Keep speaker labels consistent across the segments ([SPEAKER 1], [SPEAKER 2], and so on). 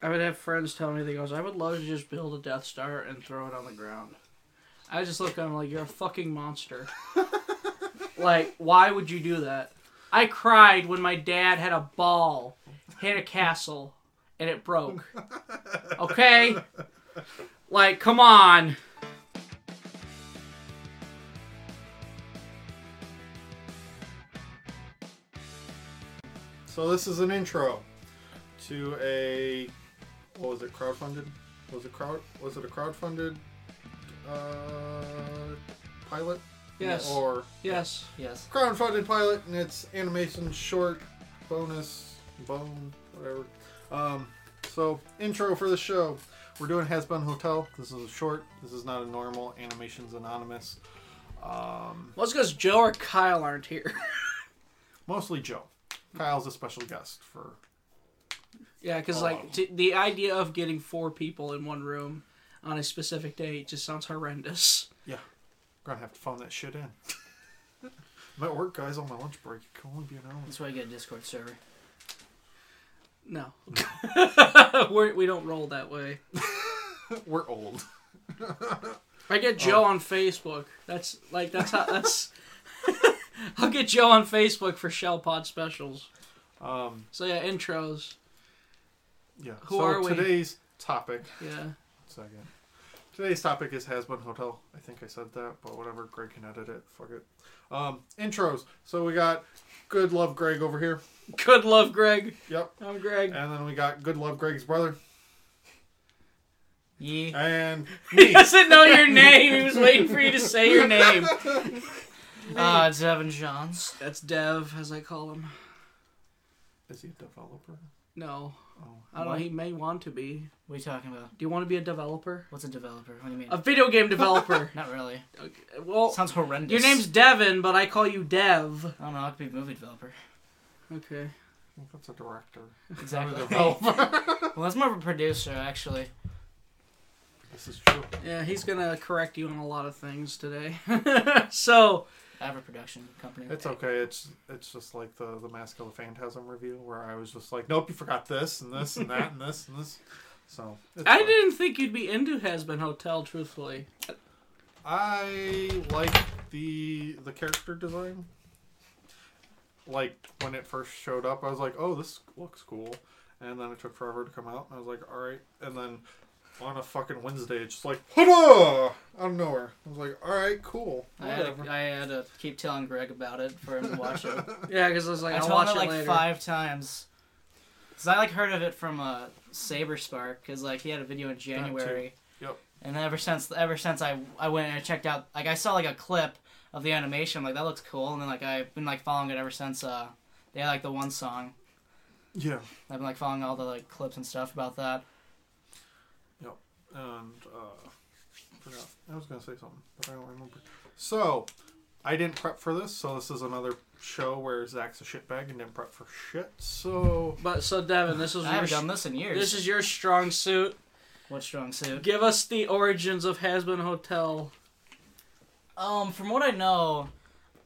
[SPEAKER 1] I would have friends tell me, they goes, I would love to just build a Death Star and throw it on the ground. I just look at them like, you're a fucking monster. like, why would you do that? I cried when my dad had a ball hit a castle and it broke. Okay? Like, come on.
[SPEAKER 2] So this is an intro to a what was it crowdfunded? Was it crowd? Was it a crowdfunded uh, pilot?
[SPEAKER 1] Yes.
[SPEAKER 2] Or
[SPEAKER 1] Yes.
[SPEAKER 3] Yes.
[SPEAKER 2] crowdfunded pilot, and it's animation short bonus bone whatever. Um, so intro for the show. We're doing Has Been Hotel. This is a short. This is not a normal. Animations Anonymous. Um,
[SPEAKER 1] Well, it's because Joe or Kyle aren't here.
[SPEAKER 2] mostly Joe. Kyle's a special guest for
[SPEAKER 1] yeah, because, like, t- the idea of getting four people in one room on a specific day just sounds horrendous.
[SPEAKER 2] Gonna have to phone that shit in. I'm at work, guys, on my lunch break. It can only be an hour.
[SPEAKER 3] That's why you get a Discord server.
[SPEAKER 1] No. We're, we don't roll that way.
[SPEAKER 2] We're old.
[SPEAKER 1] I get
[SPEAKER 3] Oh.
[SPEAKER 1] Joe on Facebook. That's like that's how that's. I'll get Joe on Facebook for Shell Pod specials.
[SPEAKER 2] Um,
[SPEAKER 1] So yeah, intros.
[SPEAKER 2] yeah.
[SPEAKER 1] Who
[SPEAKER 2] so
[SPEAKER 1] are we?
[SPEAKER 2] today's topic.
[SPEAKER 1] Yeah,
[SPEAKER 2] Second. Today's topic is Has Been Hotel. I think I said that, but whatever. Greg can edit it. Fuck it. Um, intros. So we got Good Love Greg over here.
[SPEAKER 1] good love, Greg.
[SPEAKER 2] Yep.
[SPEAKER 1] I'm Greg.
[SPEAKER 2] And then we got Good Love Greg's brother.
[SPEAKER 3] Yeah.
[SPEAKER 2] And
[SPEAKER 1] He
[SPEAKER 2] me.
[SPEAKER 1] doesn't know your name. He was waiting for you to say your name.
[SPEAKER 3] Uh, it's Evan Johns.
[SPEAKER 1] That's Dev, as I call him.
[SPEAKER 2] Is he a developer?
[SPEAKER 1] No,
[SPEAKER 2] Oh.
[SPEAKER 1] I don't. know. He may want to be.
[SPEAKER 3] What are you talking about?
[SPEAKER 1] Do you want to be a developer?
[SPEAKER 3] What's a developer? What do you mean?
[SPEAKER 1] A video game developer.
[SPEAKER 3] Not really.
[SPEAKER 1] Okay, well,
[SPEAKER 3] Sounds
[SPEAKER 1] Oh,
[SPEAKER 3] horrendous.
[SPEAKER 1] your name's Devin, but I call you Dev.
[SPEAKER 3] I don't know. I could be a movie developer.
[SPEAKER 1] Okay.
[SPEAKER 2] I think that's a director. Not a
[SPEAKER 3] Exactly. well,
[SPEAKER 2] developer.
[SPEAKER 3] that's more of a producer, actually.
[SPEAKER 2] this is true.
[SPEAKER 1] Yeah, he's gonna correct you on a lot of things today. so,
[SPEAKER 3] I have a production company.
[SPEAKER 2] It's okay. It's it's just like the the Mask of the Phantasm review where I was just like, nope, you forgot this and this and that and this and this. So it's
[SPEAKER 1] I
[SPEAKER 2] fine.
[SPEAKER 1] didn't think you'd be into Has Been Hotel, truthfully.
[SPEAKER 2] I like the the character design. Like when it first showed up, I was like, oh, this looks cool. And then it took forever to come out, and I was like, all right. And then on a fucking Wednesday, it's just like, ta out of nowhere. I was like, all right, cool,
[SPEAKER 3] I had,
[SPEAKER 2] whatever.
[SPEAKER 3] to, I had to keep telling Greg about it for him to watch it.
[SPEAKER 1] Yeah, because I was like,
[SPEAKER 3] I
[SPEAKER 1] I'll
[SPEAKER 3] told
[SPEAKER 1] watch
[SPEAKER 3] him
[SPEAKER 1] it
[SPEAKER 3] like
[SPEAKER 1] later.
[SPEAKER 3] five times. Cause I like heard of it from uh, Saber Spark, cause like he had a video in January.
[SPEAKER 2] Yep.
[SPEAKER 3] And ever since, ever since I I went and I checked out, like I saw like a clip of the animation, like that looks cool, and then like I've been like following it ever since. Uh, they had, like the one song.
[SPEAKER 2] Yeah.
[SPEAKER 3] I've been like following all the like clips and stuff about that.
[SPEAKER 2] and uh, forgot. I was gonna say something, but I don't remember. So, I didn't prep for this, so this is another show where Zach's a shitbag and didn't prep for shit. So,
[SPEAKER 1] But so, Devin, this was
[SPEAKER 3] I
[SPEAKER 1] your
[SPEAKER 3] haven't done this in years.
[SPEAKER 1] this is your strong suit.
[SPEAKER 3] what strong suit?
[SPEAKER 1] Give us the origins of Has Been Hotel.
[SPEAKER 3] Um, from what I know,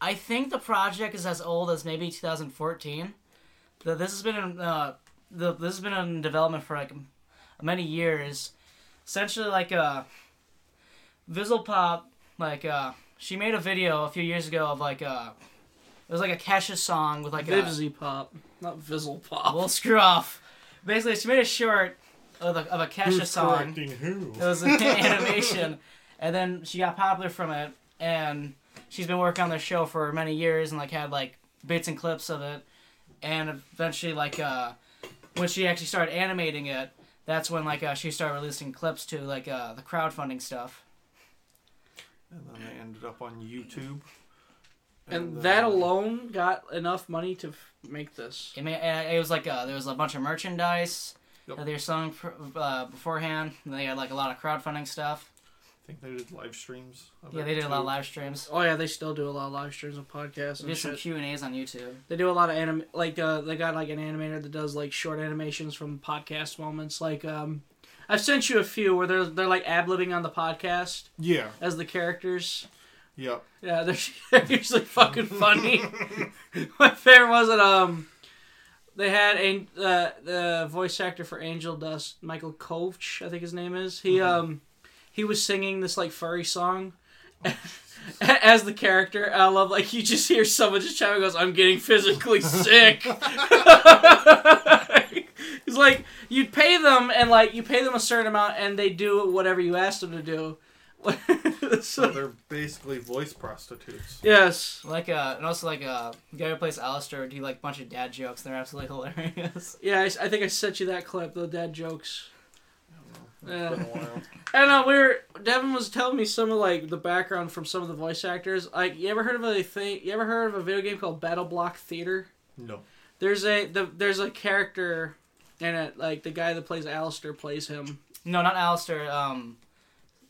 [SPEAKER 3] I think the project is as old as maybe 2014. The, this has been in, uh, the, this has been in development for like m- many years. Essentially, like uh, Vizzlepop, like uh, she made a video a few years ago of like uh, it was like a Kesha song with like a
[SPEAKER 1] Vivzy Pop, not Vizzle Pop.
[SPEAKER 3] well screw off. Basically, she made a short of a, of a Kesha song.
[SPEAKER 2] who?
[SPEAKER 3] It was an animation, and then she got popular from it, and she's been working on the show for many years, and like had like bits and clips of it, and eventually like uh, when she actually started animating it, that's when like uh, she started releasing clips to like uh, the crowdfunding stuff.
[SPEAKER 2] And then they ended up on YouTube.
[SPEAKER 1] and
[SPEAKER 2] then-
[SPEAKER 1] that alone got enough money to f- make this.
[SPEAKER 3] It, ma- and it was like uh, there was a bunch of merchandise
[SPEAKER 2] Yep.
[SPEAKER 3] that they were selling pr- uh, beforehand, and they had like a lot of crowdfunding stuff.
[SPEAKER 2] I think they did live streams. of
[SPEAKER 3] Yeah,
[SPEAKER 2] it,
[SPEAKER 3] they did a lot of
[SPEAKER 2] too.
[SPEAKER 3] live streams.
[SPEAKER 1] Oh yeah, they still do a lot of live streams and podcasts
[SPEAKER 3] They
[SPEAKER 1] and
[SPEAKER 3] did some
[SPEAKER 1] shit.
[SPEAKER 3] Q and A's on YouTube.
[SPEAKER 1] They do a lot of anim like uh, they got like an animator that does like short animations from podcast moments. Like um, I've sent you a few where they're they're like ad libbing on the podcast
[SPEAKER 2] Yeah,
[SPEAKER 1] as the characters.
[SPEAKER 2] yeah.
[SPEAKER 1] Yeah, they're, they're usually fucking funny. My favorite was it um They had a uh, the voice actor for Angel Dust, Michael Kovch, I think his name is. He um he was singing this like furry song as the character. I love like you just hear someone just chime and goes, "I'm getting physically sick." It's like you'd pay them and like you pay them a certain amount and they do whatever you ask them to do.
[SPEAKER 2] So
[SPEAKER 1] so,
[SPEAKER 2] they're basically voice prostitutes.
[SPEAKER 1] yes.
[SPEAKER 3] Like uh, and also like uh, the guy who plays Alistair do like a bunch of dad jokes. and They're absolutely hilarious.
[SPEAKER 1] Yeah, I, I think I sent you that clip, the dad jokes.
[SPEAKER 2] It's
[SPEAKER 1] Yeah.
[SPEAKER 2] been a while.
[SPEAKER 1] And uh, we were Devin was telling me some of like the background from some of the voice actors. Like, you ever heard of a thing? You ever heard of a video game called Battle Block Theater?
[SPEAKER 2] No.
[SPEAKER 1] There's a the, there's a character in it. Like the guy that plays Alistair plays him.
[SPEAKER 3] No, not Alistair. Um,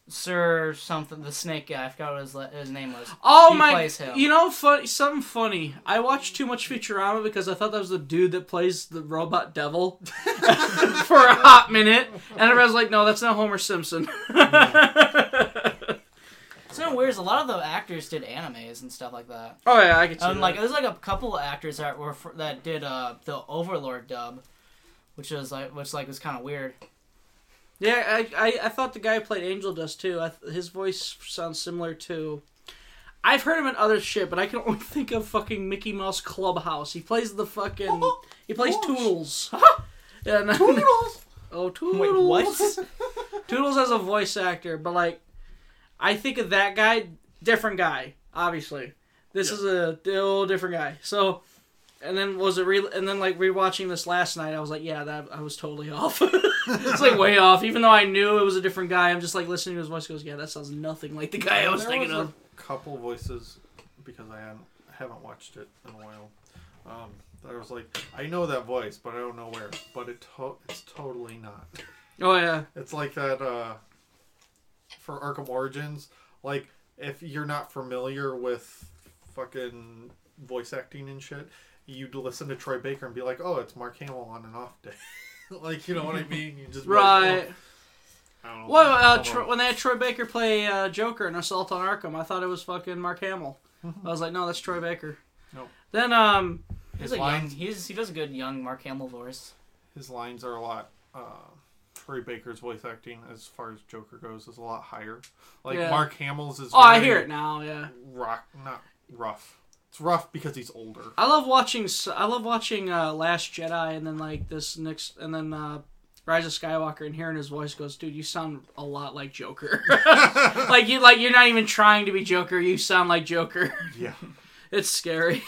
[SPEAKER 3] Sir something the snake guy. I forgot what his, la- his name was.
[SPEAKER 1] Oh
[SPEAKER 3] He
[SPEAKER 1] my!
[SPEAKER 3] plays him.
[SPEAKER 1] You know, funny something funny. I watched too much Futurama because I thought that was the dude that plays the robot devil for a hot minute, and everybody was like, "No, that's not Homer Simpson."
[SPEAKER 3] It's kind of weird. Is a lot of the actors did animes and stuff like that.
[SPEAKER 1] Oh yeah, I could see
[SPEAKER 3] And
[SPEAKER 1] that.
[SPEAKER 3] like there's like a couple of actors that were fr- that did uh the Overlord dub, which was like which like was kind of weird.
[SPEAKER 1] Yeah, I, I I thought the guy who played Angel does too. I, th- his voice sounds similar too. I've heard him in other shit, but I can only think of fucking Mickey Mouse Clubhouse. He plays the fucking
[SPEAKER 3] Oh,
[SPEAKER 1] he plays
[SPEAKER 2] Gosh.
[SPEAKER 1] Toodles. yeah, no- oh Toodles.
[SPEAKER 3] Wait, what?
[SPEAKER 1] Toodles as a voice actor, but like, I think of that guy, different guy, obviously. This
[SPEAKER 2] Yeah.
[SPEAKER 1] is a whole different guy. So, and then was it re? And then like rewatching this last night, I was like, yeah, that I was totally off. it's like way off. Even though I knew it was a different guy, I'm just like listening to his voice. Goes, yeah, that sounds nothing like the guy I was
[SPEAKER 2] there
[SPEAKER 1] thinking
[SPEAKER 2] was
[SPEAKER 1] of.
[SPEAKER 2] A couple voices because I haven't, haven't watched it in a while. Um, I was like, I know that voice, but I don't know where. But it to- it's totally not.
[SPEAKER 1] Oh yeah,
[SPEAKER 2] It's like that uh, for Arkham Origins. Like if you're not familiar with fucking voice acting and shit, you'd listen to Troy Baker and be like, "Oh, it's Mark Hamill on an off day." like you know what I mean? You just be like,
[SPEAKER 1] right.
[SPEAKER 2] "Oh, I don't know.
[SPEAKER 1] Well, uh,
[SPEAKER 2] Hold
[SPEAKER 1] Tro-
[SPEAKER 2] on."
[SPEAKER 1] when they had Troy Baker play uh, Joker in Assault on Arkham, I thought it was fucking Mark Hamill.
[SPEAKER 2] Mm-hmm.
[SPEAKER 1] I was like, no, that's Troy Baker.
[SPEAKER 2] Nope.
[SPEAKER 1] Then um,
[SPEAKER 3] He's
[SPEAKER 2] his
[SPEAKER 3] a young.
[SPEAKER 2] lines,
[SPEAKER 3] He's he does a good young Mark Hamill voice.
[SPEAKER 2] his lines are a lot. Uh, Troy Baker's voice acting, as far as Joker goes, is a lot higher. Like
[SPEAKER 1] Yeah.
[SPEAKER 2] Mark Hamill's is.
[SPEAKER 1] Oh, I
[SPEAKER 2] very
[SPEAKER 1] hear it now. Yeah,
[SPEAKER 2] Rock, not rough. It's rough because he's older.
[SPEAKER 1] I love watching. s- I love watching uh, Last Jedi, and then like this next, and then uh, Rise of Skywalker, and hearing his voice goes, "Dude, you sound a lot like Joker. like you, like you're not even trying to be Joker. You sound like Joker.
[SPEAKER 2] Yeah.
[SPEAKER 1] It's scary.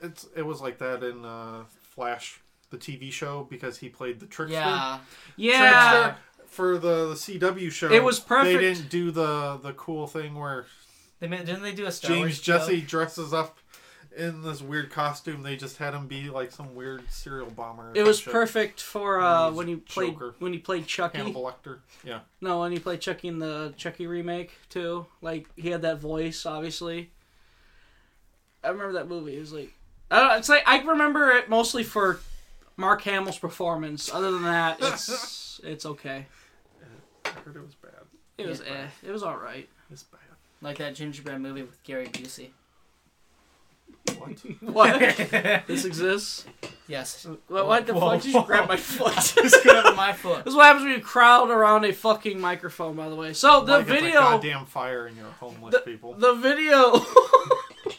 [SPEAKER 2] it's it was like that in uh, Flash, the TV show, because he played the trickster.
[SPEAKER 3] Yeah.
[SPEAKER 1] Yeah,
[SPEAKER 2] Trickster for the, the CW show.
[SPEAKER 1] It was perfect.
[SPEAKER 2] They didn't do the the cool thing where
[SPEAKER 3] They made, didn't they do a Star Wars
[SPEAKER 2] James Jesse
[SPEAKER 3] joke?
[SPEAKER 2] dresses up in this weird costume. They just had him be like some weird serial bomber. or
[SPEAKER 1] it was
[SPEAKER 2] some shit.
[SPEAKER 1] perfect for uh,
[SPEAKER 2] He's
[SPEAKER 1] when you played
[SPEAKER 2] Joker.
[SPEAKER 1] when you played Chucky.
[SPEAKER 2] Hannibal Lecter. Yeah.
[SPEAKER 1] No, when you played Chucky in the Chucky remake too. Like he had that voice, obviously. I remember that movie. It was like, I don't. It's like I remember it mostly for Mark Hamill's performance. Other than that, it's it's okay.
[SPEAKER 2] I heard it was bad.
[SPEAKER 1] It was eh. It was all right.
[SPEAKER 2] It's bad.
[SPEAKER 3] Like that gingerbread movie with Gary Busey.
[SPEAKER 2] What?
[SPEAKER 1] What? this exists.
[SPEAKER 3] Yes.
[SPEAKER 1] What, what the
[SPEAKER 3] Whoa,
[SPEAKER 1] fuck? Did you
[SPEAKER 3] whoa.
[SPEAKER 1] grab my foot?
[SPEAKER 3] It's good on my foot.
[SPEAKER 1] This is what happens when you crowd around a fucking microphone. By the way, so the
[SPEAKER 2] Like it's a
[SPEAKER 1] video.
[SPEAKER 2] goddamn fire and you're homeless
[SPEAKER 1] The-
[SPEAKER 2] people.
[SPEAKER 1] The video.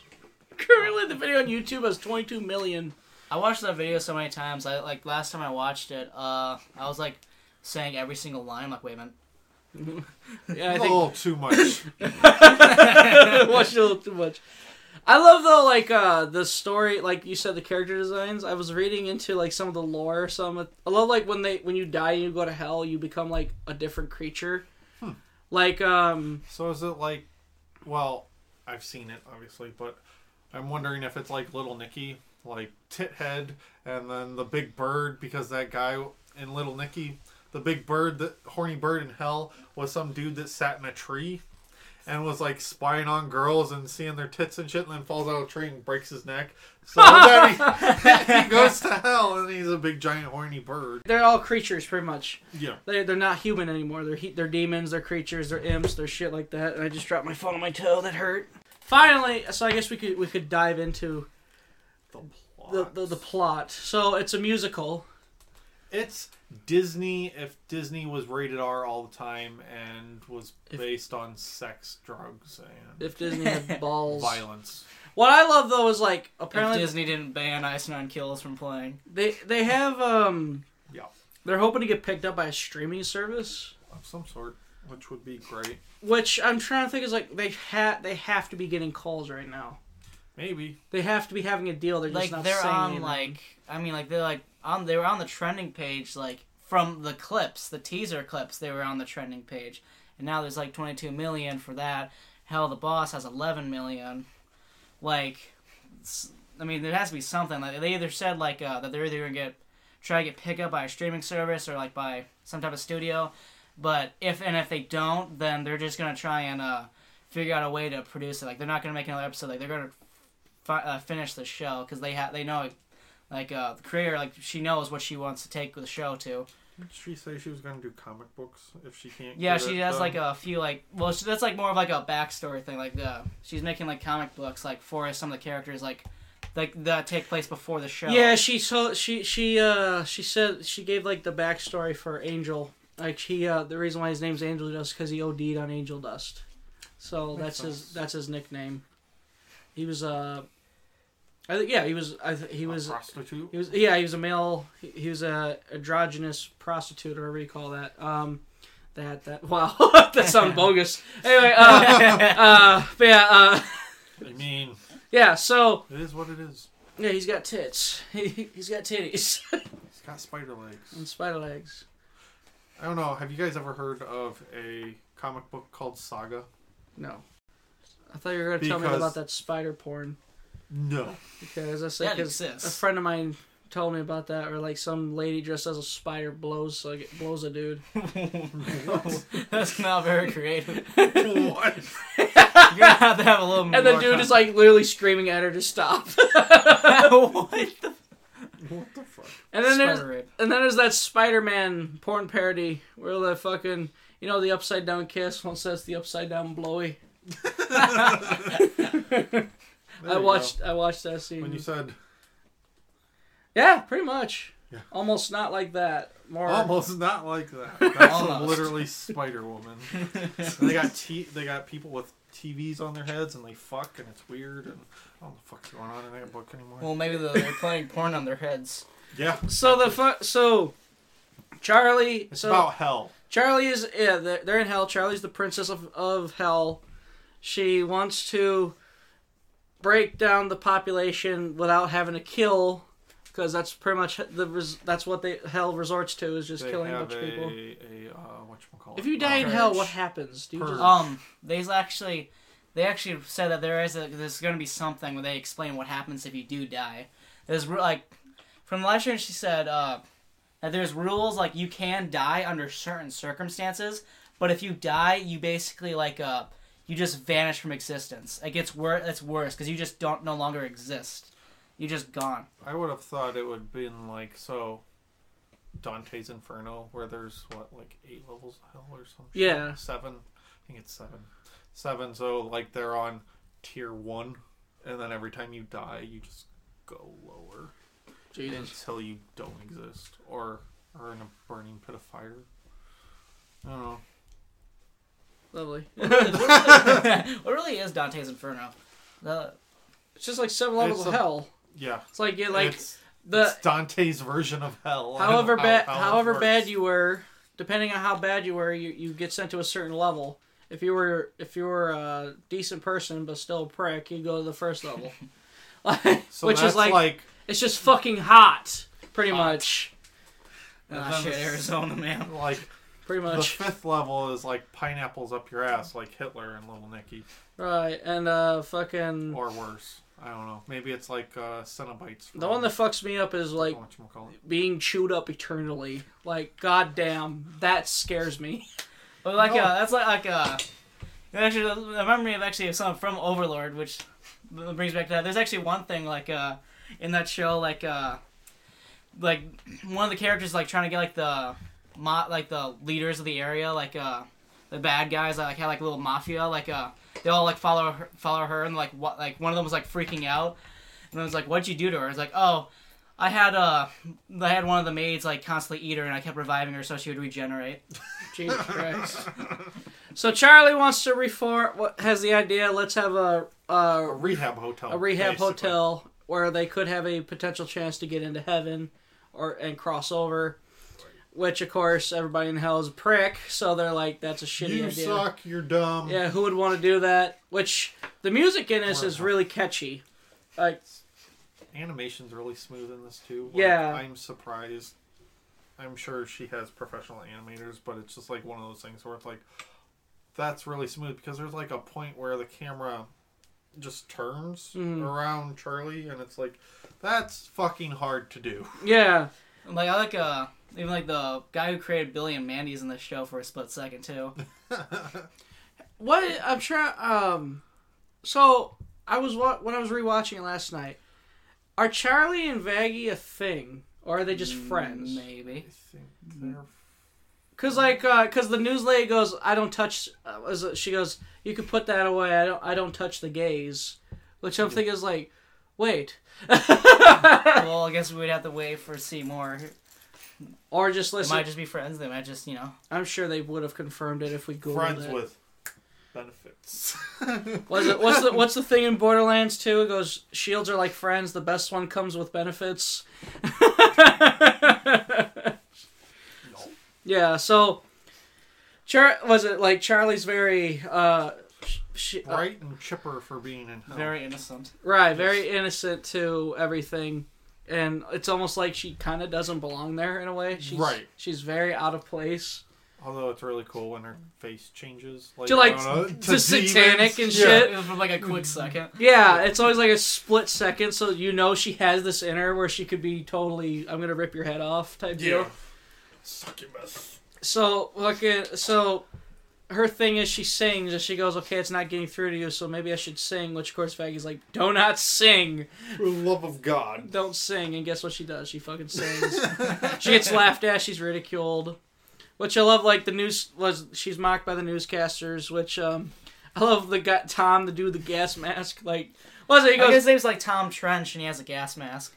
[SPEAKER 1] Currently, the video on YouTube has 22 million.
[SPEAKER 3] I watched that video so many times. I like last time I watched it. Uh, I was like saying every single line. like, wait a minute.
[SPEAKER 1] Yeah, I
[SPEAKER 2] a
[SPEAKER 1] think
[SPEAKER 2] little Oh, too much.
[SPEAKER 1] watched it a little too much. I love though, like uh, the story, like you said, the character designs. I was reading into like some of the lore. Some of- I love like when they when you die and you go to hell, you become like a different creature. Like um,
[SPEAKER 2] So is it like, well, I've seen it obviously, but I'm wondering if it's like Little Nicky, like Tithead, and then the Big Bird, because that guy in Little Nicky, the Big Bird, the horny bird in hell, was some dude that sat in a tree. And was like spying on girls and seeing their tits and shit, and then falls out of a tree and breaks his neck. So then he, he goes to hell, and he's a big giant horny bird.
[SPEAKER 1] they're all creatures pretty much.
[SPEAKER 2] Yeah,
[SPEAKER 1] They they're not human anymore. They're he- they're demons. They're creatures. They're imps. They're shit like that. And I just dropped my phone on my toe. That hurt. Finally, so I guess we could we could dive into
[SPEAKER 2] the plot.
[SPEAKER 1] the, the, the plot. So it's a musical.
[SPEAKER 2] It's Disney if Disney was rated R all the time and was
[SPEAKER 1] If-
[SPEAKER 2] based on sex, drugs, and
[SPEAKER 1] If Disney had balls.
[SPEAKER 2] violence.
[SPEAKER 1] What I love though is like
[SPEAKER 3] If
[SPEAKER 1] apparently
[SPEAKER 3] Disney didn't ban Ice Nine Kills from playing.
[SPEAKER 1] they they have um
[SPEAKER 2] Yeah,
[SPEAKER 1] they're hoping to get picked up by a streaming service,
[SPEAKER 2] of some sort, which would be great.
[SPEAKER 1] which I'm trying to think is like they ha they have to be getting calls right now.
[SPEAKER 2] Maybe.
[SPEAKER 1] They have to be having a deal. They're just
[SPEAKER 3] like
[SPEAKER 1] not
[SPEAKER 3] they're
[SPEAKER 1] saying
[SPEAKER 3] on
[SPEAKER 1] anything.
[SPEAKER 3] like I mean like they're like on they were on the trending page like from the clips the teaser clips they were on the trending page and now there's like 22 million for that hell the boss has 11 million like s- I mean there has to be something like they either said like uh, that they're either gonna get try to get picked up by a streaming service or like by some type of studio but if and if they don't then they're just gonna try and uh figure out a way to produce it like they're not gonna make another episode like they're gonna fi- uh, finish the show because they have they know like uh, the creator like she knows what she wants to take the show to.
[SPEAKER 2] Did she say she was going to do comic books if she can't?
[SPEAKER 3] Yeah,
[SPEAKER 2] get
[SPEAKER 3] she
[SPEAKER 2] it
[SPEAKER 3] has
[SPEAKER 2] done?
[SPEAKER 3] like a few like well she, that's like more of like a backstory thing like uh, she's making like comic books like for some of the characters like like that take place before the show.
[SPEAKER 1] Yeah, she so she she uh she said she gave like the backstory for Angel. Like he uh the reason why his name's Angel Dust because he OD'd on Angel Dust. So
[SPEAKER 2] Makes
[SPEAKER 1] that's his
[SPEAKER 2] sense.
[SPEAKER 1] that's his nickname. He was uh I think yeah, he was I th-
[SPEAKER 3] Oh,
[SPEAKER 1] he
[SPEAKER 2] A
[SPEAKER 1] was
[SPEAKER 2] prostitute.
[SPEAKER 1] he was yeah, he was a male he, he was a androgynous prostitute or whatever you call that. Um that that wow, that sounded bogus. Anyway, uh uh but yeah, uh
[SPEAKER 2] I mean,
[SPEAKER 1] yeah, so
[SPEAKER 2] it is what it is.
[SPEAKER 1] yeah, he's got tits. He, he's got titties.
[SPEAKER 2] He's got spider legs.
[SPEAKER 1] and spider legs.
[SPEAKER 2] I don't know. Have you guys ever heard of a comic book called Saga?
[SPEAKER 1] No. I thought you were going to tell me
[SPEAKER 2] Because-
[SPEAKER 1] about that spider porn.
[SPEAKER 2] No.
[SPEAKER 1] Because I said,
[SPEAKER 3] that
[SPEAKER 1] 'cause a
[SPEAKER 3] exists.
[SPEAKER 1] friend of mine told me about that, or like some lady dressed as a spider blows like blows a dude.
[SPEAKER 3] that's not very creative.
[SPEAKER 2] what?
[SPEAKER 3] You're gonna have to have a little.
[SPEAKER 1] And the dude is like literally screaming at her to stop.
[SPEAKER 3] what the
[SPEAKER 2] What the fuck?
[SPEAKER 1] And then there's
[SPEAKER 3] Spider rape.
[SPEAKER 1] and then there's that Spider-Man porn parody where the fucking you know the upside down kiss one says the upside down blowy.
[SPEAKER 2] There you
[SPEAKER 1] I
[SPEAKER 2] go.
[SPEAKER 1] watched I watched that scene.
[SPEAKER 2] when you said
[SPEAKER 1] Yeah, pretty much.
[SPEAKER 2] Yeah.
[SPEAKER 1] Almost not like that. More
[SPEAKER 2] almost not like that. That's
[SPEAKER 3] Almost.
[SPEAKER 2] literally Spider Woman. they got t- they got people with TVs on their heads and they fuck and it's weird and I don't know what the fuck's going on in that book anymore.
[SPEAKER 3] Well, maybe they're they're playing porn on their heads.
[SPEAKER 2] yeah,
[SPEAKER 1] So the fu- so Charlie
[SPEAKER 2] it's
[SPEAKER 1] so
[SPEAKER 2] about hell.
[SPEAKER 1] Charlie is yeah they're they're in hell. Charlie's the princess of of hell. She wants to break down the population without having to kill because that's pretty much the res- that's what they hell resorts to is just
[SPEAKER 2] They
[SPEAKER 1] killing a
[SPEAKER 2] have
[SPEAKER 1] bunch of people.
[SPEAKER 2] a uh, whatchamacallit.
[SPEAKER 1] If you die in
[SPEAKER 3] Purge.
[SPEAKER 1] hell, what happens? Do you
[SPEAKER 2] Purge.
[SPEAKER 1] just,
[SPEAKER 3] Um, they's actually, they actually said that there is a, there's going to be something where they explain what happens if you do die. There's ru- like, from the live stream she said uh, that there's rules like you can die under certain circumstances, but if you die, you basically like uh, you just vanish from existence. It gets worse. It's worse because you just don't no longer exist. You're just gone.
[SPEAKER 2] I would have thought it would have been like so. Dante's Inferno, where there's what like eight levels of hell or something.
[SPEAKER 1] Yeah.
[SPEAKER 2] seven. I think it's seven. Seven. So like they're on tier one, and then every time you die, you just go lower
[SPEAKER 1] Jesus.
[SPEAKER 2] until you don't exist or are in a burning pit of fire. I don't know.
[SPEAKER 1] Lovely.
[SPEAKER 3] what really is Dante's Inferno? The-
[SPEAKER 1] It's just like seven levels
[SPEAKER 2] It's
[SPEAKER 1] of
[SPEAKER 2] a-
[SPEAKER 1] hell.
[SPEAKER 2] Yeah,
[SPEAKER 1] It's like you like
[SPEAKER 2] it's,
[SPEAKER 1] the
[SPEAKER 2] it's Dante's version of hell. I don't
[SPEAKER 1] however
[SPEAKER 2] know
[SPEAKER 1] bad
[SPEAKER 2] how- how it
[SPEAKER 1] however
[SPEAKER 2] works.
[SPEAKER 1] bad you were depending on how bad you were you, you get sent to a certain level if you were if you were a decent person but still a prick you go to the first level
[SPEAKER 2] So
[SPEAKER 1] which is
[SPEAKER 2] that's
[SPEAKER 1] like,
[SPEAKER 2] like
[SPEAKER 1] it's just fucking hot pretty
[SPEAKER 3] Hot.
[SPEAKER 1] much
[SPEAKER 3] Ah,
[SPEAKER 2] then
[SPEAKER 3] shit,
[SPEAKER 2] the-
[SPEAKER 3] Arizona man.
[SPEAKER 2] like
[SPEAKER 1] pretty
[SPEAKER 2] The
[SPEAKER 1] much
[SPEAKER 2] fifth level is like pineapples up your ass, like Hitler and Little Nicky,
[SPEAKER 1] right and uh fucking
[SPEAKER 2] or worse. I don't know. Maybe it's like uh, Cenobites.
[SPEAKER 1] the one that fucks me up is like being chewed up eternally like goddamn that scares me
[SPEAKER 3] Well, like
[SPEAKER 2] No.
[SPEAKER 3] uh, that's like like uh, actually a memory of actually of something from Overlord, which brings back to that. There's actually one thing like uh, in that show like uh, like one of the characters like trying to get like the mo- like the leaders of the area like uh the bad guys that like had like a little mafia like uh they all like follow her, follow her and like what like one of them was like freaking out And I was like, "What'd you do to her?" It's like, "Oh, I had uh, I had one of the maids like constantly eat her, and I kept reviving her so she would regenerate."
[SPEAKER 1] Jesus Christ. So Charlie wants to reform. What has the idea? Let's have a
[SPEAKER 2] A
[SPEAKER 1] a,
[SPEAKER 2] rehab hotel.
[SPEAKER 1] a rehab
[SPEAKER 2] basically.
[SPEAKER 1] hotel where they could have a potential chance to get into heaven, or and cross over. Which of course everybody in hell is a prick, so they're like, "That's a shitty
[SPEAKER 2] You
[SPEAKER 1] idea."
[SPEAKER 2] suck. You're dumb.
[SPEAKER 1] Yeah, who would want to do that? Which the music in this
[SPEAKER 2] Or
[SPEAKER 1] is
[SPEAKER 2] not.
[SPEAKER 1] really catchy. Like
[SPEAKER 2] Animation's really smooth in this too. Like,
[SPEAKER 1] Yeah.
[SPEAKER 2] I'm surprised. I'm sure she has professional animators, but it's just like one of those things where it's like, that's really smooth because there's like a point where the camera just turns
[SPEAKER 1] Mhm.
[SPEAKER 2] around Charlie, and it's like, that's fucking hard to do.
[SPEAKER 1] yeah,
[SPEAKER 3] Like I like uh, even like the guy who created Billy and Mandy's in the show for a split second too.
[SPEAKER 1] what I'm sure. Um, so I was wa- when I was rewatching it last night. Are Charlie and Vaggie a thing, or are they just friends?
[SPEAKER 2] I
[SPEAKER 3] Mm, Maybe.
[SPEAKER 2] think they're
[SPEAKER 1] Cause like, uh, cause the news lady goes, "I don't touch." Uh, was it- she goes, "You can put that away. I don't. I don't touch the gays," which I'm thinking is like, wait,
[SPEAKER 3] well, I guess we'd have to wait for see more.
[SPEAKER 1] or just
[SPEAKER 3] They
[SPEAKER 1] listen.
[SPEAKER 3] might just be friends. They might just you know.
[SPEAKER 1] I'm sure they would have confirmed it if we googled
[SPEAKER 2] friends
[SPEAKER 1] it.
[SPEAKER 2] with benefits.
[SPEAKER 1] Was it what's the what's the thing in Borderlands 2? It goes shields are like friends, the best one comes with benefits.
[SPEAKER 2] No.
[SPEAKER 1] yeah, so Char- was it like Charlie's very uh sh- sh- uh,
[SPEAKER 2] Bright and chipper for being in
[SPEAKER 1] Oh.
[SPEAKER 2] hell.
[SPEAKER 3] Very innocent.
[SPEAKER 1] right, very innocent to everything and it's almost like she kind of doesn't belong there in a way. She's
[SPEAKER 2] Right.
[SPEAKER 1] she's very out of place.
[SPEAKER 2] Although it's really cool when her face changes, like
[SPEAKER 1] To, like,
[SPEAKER 2] I don't know,
[SPEAKER 1] to satanic and
[SPEAKER 2] demons.
[SPEAKER 1] shit. Mm.
[SPEAKER 3] It was for like a quick second.
[SPEAKER 1] Yeah, it's always like a split second so you know she has this in her where she could be totally I'm going to rip your head off type
[SPEAKER 2] Yeah.
[SPEAKER 1] deal.
[SPEAKER 2] Succubus.
[SPEAKER 1] So looking, so her thing is she sings and she goes, "Okay, it's not getting through to you, so maybe I should sing." Which of course, Maggie's like, "Do not sing,
[SPEAKER 2] For the love of God.
[SPEAKER 1] don't sing." And guess what she does? She fucking sings. she gets laughed at. She's ridiculed. Which I love. Like the news was, she's mocked by the newscasters. Which um, I love the guy Tom, the dude, with the gas mask. Like, what was it? He
[SPEAKER 3] I guess
[SPEAKER 1] goes,
[SPEAKER 3] his name's like Tom Trench, and he has a gas mask.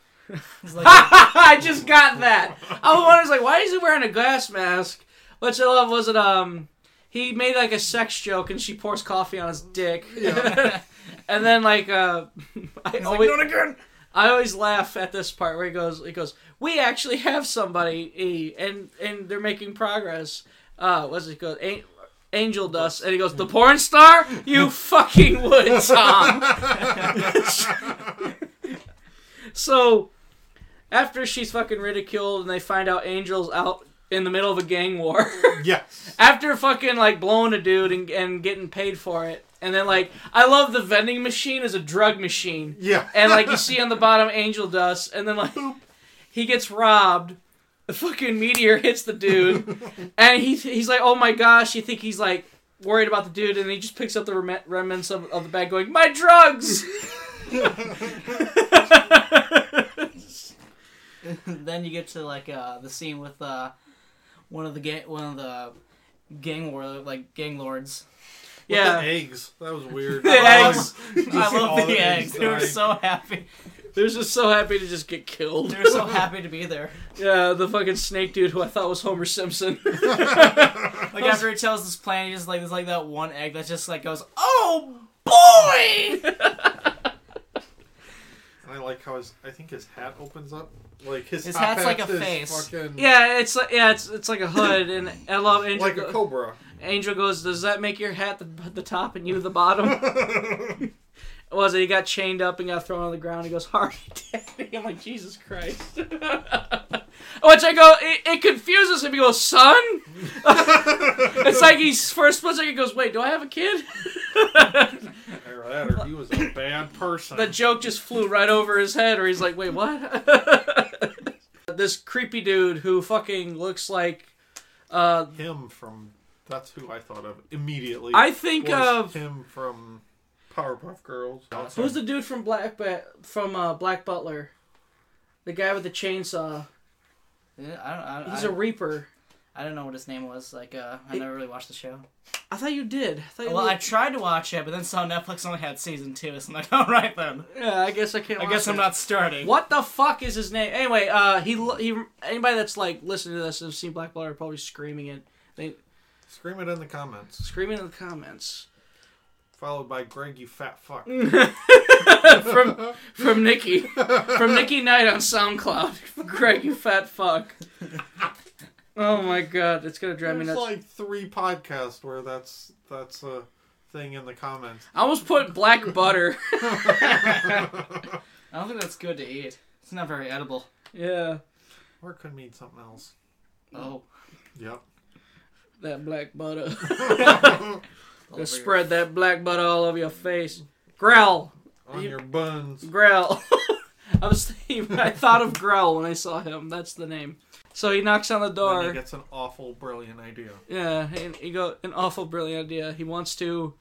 [SPEAKER 3] He's like,
[SPEAKER 1] I just got that. I was wondering, like, why is he wearing a gas mask? Which I love was it um he made like a sex joke and she pours coffee on his dick.
[SPEAKER 2] Yeah.
[SPEAKER 1] and then like uh I
[SPEAKER 3] he's like,
[SPEAKER 1] always,
[SPEAKER 3] "Doing it again.
[SPEAKER 1] I always laugh at this part where he goes he goes, We actually have somebody E and and they're making progress. Uh what's it called? An- Angel dust, and he goes, "The porn star? You fucking would, Tom." So after she's fucking ridiculed and they find out Angel's out in the middle of a gang war.
[SPEAKER 2] yes.
[SPEAKER 1] after fucking like blowing a dude and, and getting paid for it. And then like I love the vending machine as a drug machine.
[SPEAKER 2] Yeah.
[SPEAKER 1] And like you see on the bottom angel dust and then like he gets robbed. The fucking meteor hits the dude and he he's like, "Oh my gosh." You think he's like worried about the dude and he just picks up the rem- remnants of, of the bag going, "My drugs."
[SPEAKER 3] then you get to like uh, the scene with uh, one of the ga- one of the gang war like gang lords.
[SPEAKER 1] yeah.
[SPEAKER 2] The eggs. That was weird.
[SPEAKER 1] The eggs.
[SPEAKER 3] I
[SPEAKER 2] all
[SPEAKER 3] love the
[SPEAKER 2] the
[SPEAKER 3] eggs.
[SPEAKER 2] eggs
[SPEAKER 3] They were
[SPEAKER 2] died.
[SPEAKER 3] so happy.
[SPEAKER 1] They're just so happy to just get killed.
[SPEAKER 3] They were so happy to be there.
[SPEAKER 1] Yeah, the fucking snake dude who I thought was Homer Simpson.
[SPEAKER 3] Like after he tells this plan, he just like there's like that one egg that just like goes, "Oh boy!"
[SPEAKER 2] And I like how his. I think his hat opens up. Like his,
[SPEAKER 3] His
[SPEAKER 2] top
[SPEAKER 3] hat's like a
[SPEAKER 2] is
[SPEAKER 3] face.
[SPEAKER 2] Fucking,
[SPEAKER 1] yeah, it's like yeah, it's it's like a hood, and I love Angel.
[SPEAKER 2] Like a
[SPEAKER 1] go-
[SPEAKER 2] cobra.
[SPEAKER 1] Angel goes, "Does that make your hat the, the top and you the bottom?" was it? He got chained up and got thrown on the ground. He goes, "Hardy, daddy." I'm like, Jesus Christ. Which I go, it, it confuses him. He goes, "Son." it's like he's for a split second he goes, "Wait, do I have a kid?"
[SPEAKER 2] Either that or he was a bad person.
[SPEAKER 1] the joke just flew right over his head, or he's like, wait, what? this creepy dude who fucking looks like. Uh,
[SPEAKER 2] him from. That's who I thought of immediately.
[SPEAKER 1] I think
[SPEAKER 2] was
[SPEAKER 1] of.
[SPEAKER 2] him from Powerpuff Girls.
[SPEAKER 1] Who's the dude from Black Bat from uh, Black Butler? The guy with the chainsaw.
[SPEAKER 3] Yeah, I don't. I,
[SPEAKER 1] He's
[SPEAKER 3] I,
[SPEAKER 1] a reaper.
[SPEAKER 3] I don't know what his name was. Like, uh, I
[SPEAKER 1] It-
[SPEAKER 3] never really watched the show.
[SPEAKER 1] I thought you did. I thought you
[SPEAKER 3] Well, I
[SPEAKER 1] did.
[SPEAKER 3] tried to watch it, but then saw Netflix only had season two. So I'm like, all right then.
[SPEAKER 1] yeah, I guess I can't.
[SPEAKER 3] I
[SPEAKER 1] watch
[SPEAKER 3] guess I'm
[SPEAKER 1] it.
[SPEAKER 3] not starting.
[SPEAKER 1] What the fuck is his name? Anyway, uh, he he. Anybody that's like listening to this and seen Black Butler are probably screaming it, they
[SPEAKER 2] Scream it in the comments.
[SPEAKER 1] screaming in the comments
[SPEAKER 2] Followed by Greg, you fat fuck.
[SPEAKER 1] from from Nikki from Nikki Knight on SoundCloud. Greg, you fat fuck. Oh my god, it's gonna drive me
[SPEAKER 2] There's
[SPEAKER 1] nuts.
[SPEAKER 2] like three podcasts where that's that's a thing in the comments.
[SPEAKER 1] I almost put black butter.
[SPEAKER 3] I don't think that's good to eat. It's not very edible.
[SPEAKER 1] yeah,
[SPEAKER 2] Or it could mean something else.
[SPEAKER 3] Oh,
[SPEAKER 2] Yep.
[SPEAKER 1] that black butter.
[SPEAKER 3] all over
[SPEAKER 1] Gonna
[SPEAKER 3] your-
[SPEAKER 1] spread that black butter all over your face. Growl,
[SPEAKER 2] On
[SPEAKER 1] You-
[SPEAKER 2] your buns.
[SPEAKER 1] growl. I was thinking, I thought of growl when I saw him. That's the name. So he knocks on the
[SPEAKER 2] Then he
[SPEAKER 1] door.
[SPEAKER 2] gets an awful, brilliant idea.
[SPEAKER 1] Yeah, and he got an awful brilliant idea. He wants to,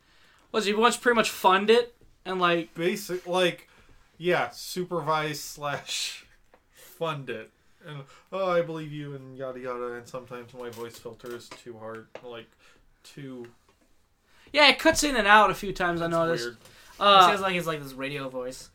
[SPEAKER 1] was he wants to pretty much fund it and like
[SPEAKER 2] Basic, like, yeah, supervise slash fund it. And, oh, I believe you, and yada yada. And sometimes my voice filter is too hard, like, too.
[SPEAKER 1] yeah, it cuts in and out a few times. I
[SPEAKER 2] it's
[SPEAKER 1] noticed.
[SPEAKER 2] weird.
[SPEAKER 3] It
[SPEAKER 1] Uh,
[SPEAKER 3] sounds like it's like this radio voice.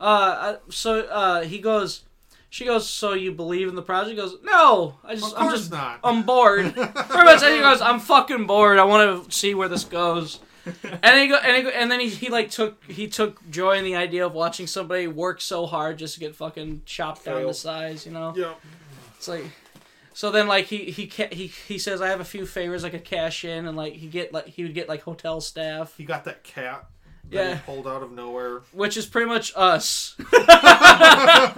[SPEAKER 1] uh, uh, so uh, he goes, she goes. So you believe in the project? He goes, no, I
[SPEAKER 2] Of
[SPEAKER 1] just, I'm
[SPEAKER 2] course
[SPEAKER 1] just, um,
[SPEAKER 2] not.
[SPEAKER 1] I'm bored. Pretty much, and he goes, I'm fucking bored. I want to see where this goes. And then he go, and, he go, and then he, he like took he took joy in the idea of watching somebody work so hard just to get fucking chopped down
[SPEAKER 2] Fail.
[SPEAKER 1] to size, you know.
[SPEAKER 2] Yep.
[SPEAKER 1] It's like, so then like he he ca- he he says I have a few favors I could cash in, and like he get like he would get like hotel staff,
[SPEAKER 2] He got that cat that
[SPEAKER 1] Yeah.
[SPEAKER 2] he pulled out of nowhere.
[SPEAKER 1] which is pretty much us, uh,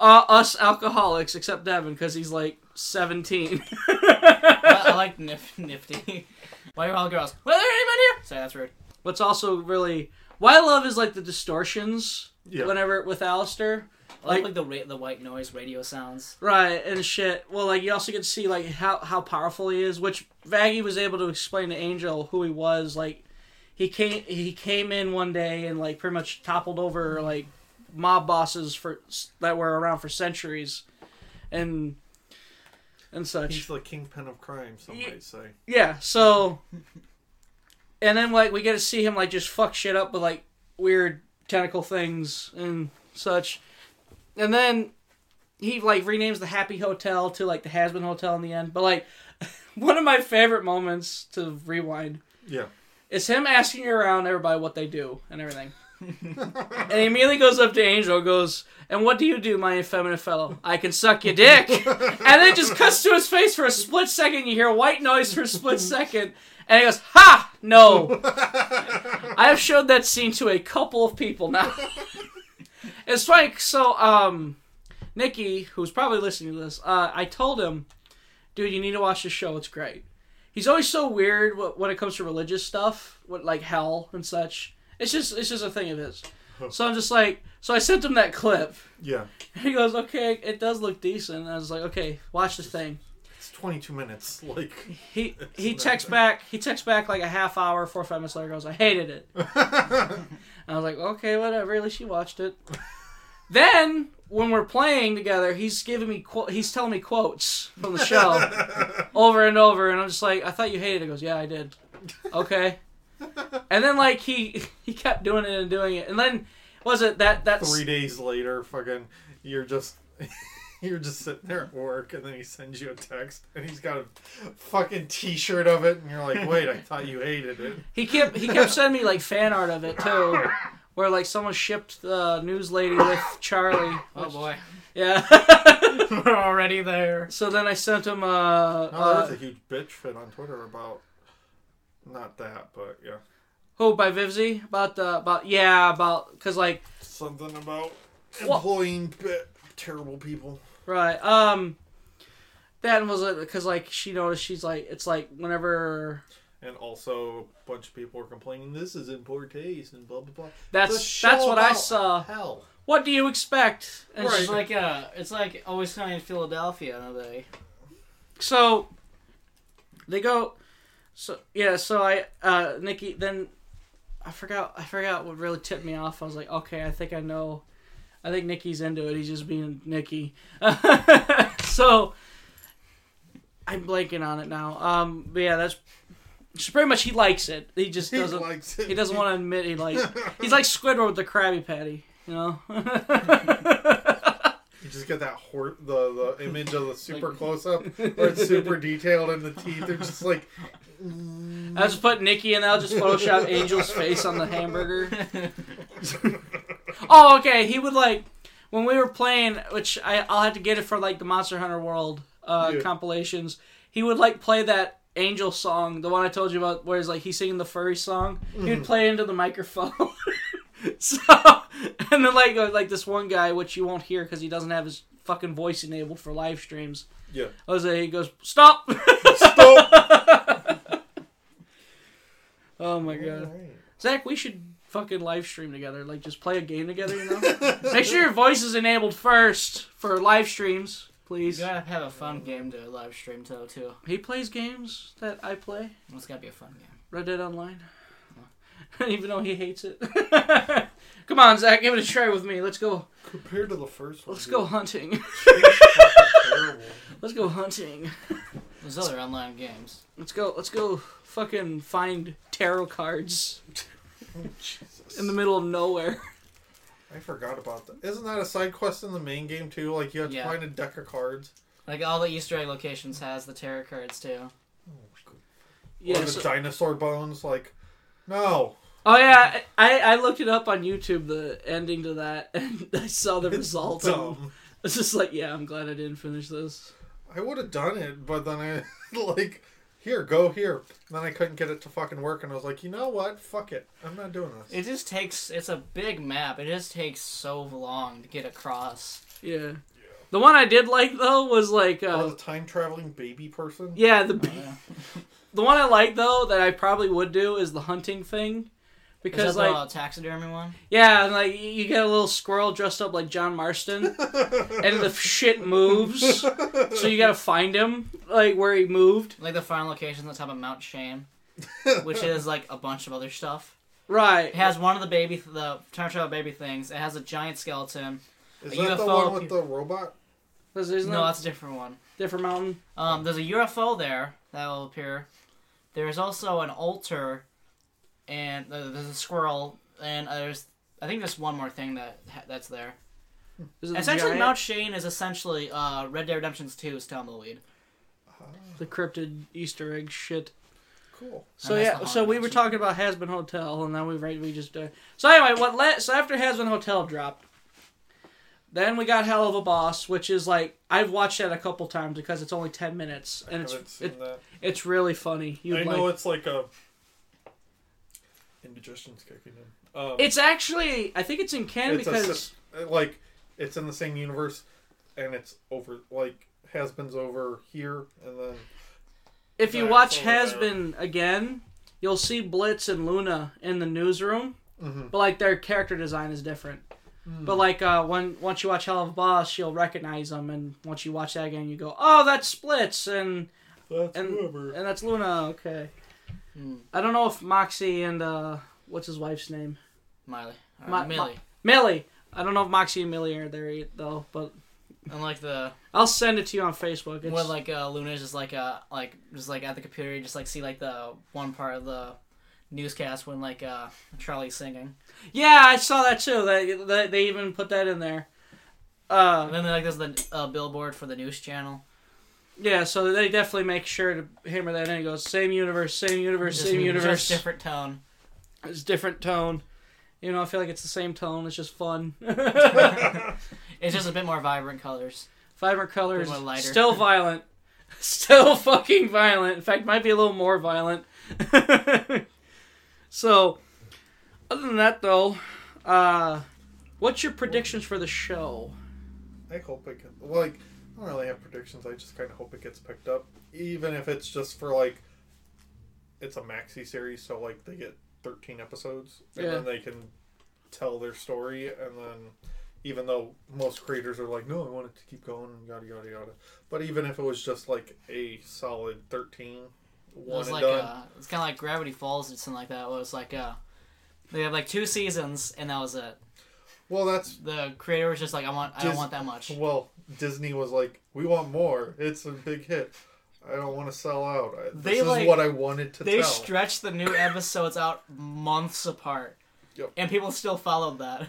[SPEAKER 1] us alcoholics, except Devin because he's like seventeen.
[SPEAKER 3] I, I like nif- nifty. Why are all girls? Were there anybody here? Sorry, that's rude.
[SPEAKER 1] What's also really why I love is like the distortions.
[SPEAKER 2] Yeah.
[SPEAKER 1] Whenever with Alistair,
[SPEAKER 3] I like,
[SPEAKER 1] Like-
[SPEAKER 3] like the ra- the white noise radio sounds.
[SPEAKER 1] Right, and shit. Well, like you also get to see like how how powerful he is, which Vaggy was able to explain to Angel who he was. Like he came he came in one day and like pretty much toppled over like mob bosses for that were around for centuries, and and
[SPEAKER 2] He's
[SPEAKER 1] such.
[SPEAKER 2] the kingpin of crime, some might say.
[SPEAKER 1] Yeah. So, and then like we get to see him like just fuck shit up with like weird tentacle things and such, and then he like renames the Happy Hotel to like the Hasbin Hotel in the end. But like one of my favorite moments to rewind
[SPEAKER 2] Yeah.
[SPEAKER 1] is him asking around everybody what they do and everything. and he immediately goes up to Angel, goes, "And what do you do, my effeminate fellow? I can suck your dick." and then just cuts to his face for a split second. You hear white noise for a split second, and he goes, "Ha! No." I have showed that scene to a couple of people now. it's funny. So, um, Nikki, who's probably listening to this, uh, I told him, "Dude, you need to watch this show. It's great." he's always so weird wh- when it comes to religious stuff, what like hell and such. It's just it's just a thing of his. So I'm just like, so I sent him that clip.
[SPEAKER 2] Yeah.
[SPEAKER 1] He goes, okay, it does look decent. And I was like, okay, watch this thing.
[SPEAKER 2] It's 22 minutes. Like,
[SPEAKER 1] He he texts back. He texts back like a half hour, four or five minutes later. Goes, I hated it. and I was like, okay, whatever. At least you watched it. then when we're playing together, he's giving me qu- he's telling me quotes from the show over and over, and I'm just like, I thought you hated it. He goes, yeah, I did. Okay. and then like he he kept doing it and doing it, and then was it that that
[SPEAKER 2] three days later, fucking, you're just. You're just sitting there at work, and then he sends you a text, and he's got a fucking T-shirt of it, and you're like, "Wait, I thought you hated it."
[SPEAKER 1] He kept he kept sending me like fan art of it too, where like someone shipped the news lady with Charlie.
[SPEAKER 3] Oh boy,
[SPEAKER 1] Yeah.
[SPEAKER 3] we're already there.
[SPEAKER 1] so then I sent him uh,
[SPEAKER 2] Oh,
[SPEAKER 1] uh
[SPEAKER 2] there's a huge bitch fit on Twitter about not that, but yeah,
[SPEAKER 1] who by Vivzy about the about yeah about because like
[SPEAKER 2] something about
[SPEAKER 1] What?
[SPEAKER 2] employing bit terrible people.
[SPEAKER 1] right um that was because like she noticed she's like it's like whenever
[SPEAKER 2] And also, a bunch of people are complaining this is in poor taste and blah blah blah.
[SPEAKER 1] That's-
[SPEAKER 2] It's a show
[SPEAKER 1] that's what I
[SPEAKER 2] about
[SPEAKER 1] saw.
[SPEAKER 2] Hell,
[SPEAKER 1] what do you expect and
[SPEAKER 3] It's
[SPEAKER 1] she's
[SPEAKER 3] just like uh, it's like always sunny in Philadelphia. Another day.
[SPEAKER 1] so they go so yeah so i uh nikki then i forgot i forgot what really tipped me off i was like okay i think i know i think nikki's into it he's just being nicky so i I'm blanking on it now. Um, but yeah, that's it's pretty much he likes it. He just
[SPEAKER 2] He
[SPEAKER 1] doesn't.
[SPEAKER 2] likes it.
[SPEAKER 1] He doesn't want to admit he likes. He's like Squidward with the Krabby Patty. You know.
[SPEAKER 2] You just get that hor- the the image of the super
[SPEAKER 1] Like-
[SPEAKER 2] close up where it's super detailed and the teeth are just like
[SPEAKER 1] I just put Nikki and I'll just Photoshop Angel's face on the hamburger. Oh, okay. He would like when we were playing, which I, I'll have to get it for like the Monster Hunter World uh,
[SPEAKER 2] Yeah.
[SPEAKER 1] compilations. He would like play that Angel song, the one I told you about, where he's like he's singing the furry song.
[SPEAKER 2] Mm-hmm.
[SPEAKER 1] He'd play into the microphone. so and then like uh, like this one guy, which you won't hear because he doesn't have his fucking voice enabled for live streams.
[SPEAKER 2] yeah.
[SPEAKER 1] Jose, he goes stop.
[SPEAKER 2] Stop.
[SPEAKER 1] oh my god. Zach, we should fucking live stream together. Like, just play a game together, you know? Make sure your voice is enabled first for live streams,
[SPEAKER 3] You
[SPEAKER 1] please.
[SPEAKER 3] gotta have a fun game to live stream to too.
[SPEAKER 1] He plays games that I play,
[SPEAKER 3] It's gotta be a fun game.
[SPEAKER 1] Red Dead Online. Even though he hates it. Come on, Zach, give it a try with me. Let's go.
[SPEAKER 2] Compared to the first one.
[SPEAKER 1] Let's go hunting. Let's go hunting.
[SPEAKER 3] There's other online games.
[SPEAKER 1] Let's go. Let's go. Fucking find tarot cards
[SPEAKER 2] Jesus.
[SPEAKER 1] in the middle of nowhere.
[SPEAKER 2] I forgot about that. Isn't that a side quest in the main game too? Like you have to
[SPEAKER 3] Yeah.
[SPEAKER 2] find a deck of cards.
[SPEAKER 3] Like all the Easter egg locations has the tarot cards too.
[SPEAKER 2] or
[SPEAKER 1] Oh Yeah,
[SPEAKER 2] the
[SPEAKER 1] so-
[SPEAKER 2] dinosaur bones. Like, no.
[SPEAKER 1] Oh yeah, I, I looked it up on YouTube the ending to that, and I saw the result. and I
[SPEAKER 2] Dumb.
[SPEAKER 1] was just like, yeah, I'm glad I didn't finish this.
[SPEAKER 2] I would have done it, but then I like, here, go here. And then I couldn't get it to fucking work, and I was like, you know what? Fuck it. I'm not doing this.
[SPEAKER 3] It just takes. It's a big map. It just takes so long to get across.
[SPEAKER 1] Yeah. The one I did like though was like,
[SPEAKER 2] Or
[SPEAKER 1] uh,
[SPEAKER 2] the time traveling baby person.
[SPEAKER 1] yeah, the
[SPEAKER 3] yeah.
[SPEAKER 1] the one I like though that I probably would do is the hunting thing,
[SPEAKER 3] Is
[SPEAKER 1] because
[SPEAKER 3] that
[SPEAKER 1] like
[SPEAKER 3] the uh, taxidermy one?
[SPEAKER 1] yeah, and, like you get a little squirrel dressed up like John Marston, and the shit moves, so you gotta find him like where he moved.
[SPEAKER 3] Like the final location that's top of Mount Shame, which is like a bunch of other stuff.
[SPEAKER 1] Right.
[SPEAKER 3] It has one of the baby, the time travel baby things. It has a giant skeleton.
[SPEAKER 2] Is
[SPEAKER 3] A
[SPEAKER 2] that the
[SPEAKER 3] UFO
[SPEAKER 2] one with the robot?
[SPEAKER 1] Isn't
[SPEAKER 3] No,
[SPEAKER 1] that
[SPEAKER 3] that's a different one.
[SPEAKER 1] different mountain?
[SPEAKER 3] Um, there's a UFO there that will appear. There's also an altar, and uh, there's a squirrel, and uh, there's I think there's one more thing that that's there.
[SPEAKER 1] Is it the
[SPEAKER 3] Essentially,
[SPEAKER 1] giant-
[SPEAKER 3] Mount Shane is essentially uh, Red Dead Redemption's 2's Tumbleweed.
[SPEAKER 1] the cryptid Easter egg shit.
[SPEAKER 2] Cool.
[SPEAKER 1] So
[SPEAKER 3] that's
[SPEAKER 1] yeah,
[SPEAKER 3] the
[SPEAKER 1] so we were
[SPEAKER 3] haunted
[SPEAKER 1] talking about Has Been Hotel, and then we right we just uh, so anyway, what let so after Has Been Hotel dropped, then we got Hell of a Boss, which is like I've watched that a couple times because it's only ten minutes and
[SPEAKER 2] haven't
[SPEAKER 1] it's
[SPEAKER 2] seen
[SPEAKER 1] it,
[SPEAKER 2] that.
[SPEAKER 1] it's really funny. You
[SPEAKER 2] I
[SPEAKER 1] like
[SPEAKER 2] know it's like a indigestion's kicking in. Um,
[SPEAKER 1] it's actually I think it's in Canada
[SPEAKER 2] it's a
[SPEAKER 1] because
[SPEAKER 2] sis- like it's in the same universe, and it's over like has been's over here, and then
[SPEAKER 1] if you
[SPEAKER 2] Yeah,
[SPEAKER 1] watch
[SPEAKER 2] it's over
[SPEAKER 1] Has
[SPEAKER 2] there.
[SPEAKER 1] Been again, you'll see Blitz and Luna in the newsroom, but like their character design is different. But like uh, when once you watch Hell of a Boss, you'll recognize them, and once you watch that again, you go, "Oh, that's Blitz," and
[SPEAKER 2] that's
[SPEAKER 1] and
[SPEAKER 2] whoever.
[SPEAKER 1] and that's Luna. Okay,
[SPEAKER 3] Hmm.
[SPEAKER 1] I don't know if Moxie and uh, what's his wife's name,
[SPEAKER 3] Miley. Or
[SPEAKER 1] My-
[SPEAKER 3] Millie.
[SPEAKER 1] Millie. I don't know if Moxie and Millie are there yet, though, but
[SPEAKER 3] and like the
[SPEAKER 1] I'll send it to you on Facebook. It's,
[SPEAKER 3] when like uh, Luna's just like uh like just like at the computer, you just like see like the one part of the newscast when like uh Charlie's singing,
[SPEAKER 1] yeah, I saw that too. They, they they even put that in there. Uh,
[SPEAKER 3] and then like there's the uh, billboard for the news channel.
[SPEAKER 1] Yeah, so they definitely make sure to hammer that in. It goes same universe, same universe,
[SPEAKER 3] Just-
[SPEAKER 1] same universe.
[SPEAKER 3] just different tone.
[SPEAKER 1] It's different tone. You know, I feel like it's the same tone. It's just fun.
[SPEAKER 3] It's just a bit more vibrant colors.
[SPEAKER 1] Vibrant colors,
[SPEAKER 3] Little lighter.
[SPEAKER 1] still violent, still fucking violent. In fact, might be a little more violent. so, other than that, though, uh, what's your predictions for the show?
[SPEAKER 2] I hope it gets like I don't really have predictions. I just kind of hope it gets picked up, even if it's just for like it's a maxi series, so like they get thirteen episodes, and
[SPEAKER 1] Yeah.
[SPEAKER 2] then they can tell their story, and then even though most creators are like, no, I want it to keep going, and yada yada yada, but even if it was just like a solid thirteen,
[SPEAKER 3] It
[SPEAKER 2] one
[SPEAKER 3] was
[SPEAKER 2] and
[SPEAKER 3] like
[SPEAKER 2] done,
[SPEAKER 3] uh, it's kind of like Gravity Falls or something like that. Where it was like uh, they have like two seasons and that was it.
[SPEAKER 2] well, that's
[SPEAKER 3] The creator was just like, I want, I don't
[SPEAKER 2] Dis-
[SPEAKER 3] want that much.
[SPEAKER 2] Well, Disney was like, "We want more. It's a big hit. I don't want to sell out. I, this
[SPEAKER 3] They,
[SPEAKER 2] is
[SPEAKER 3] like-
[SPEAKER 2] what I wanted to
[SPEAKER 3] They
[SPEAKER 2] tell.
[SPEAKER 3] stretched the new episodes out months apart.
[SPEAKER 2] Yep.
[SPEAKER 3] And people still followed that.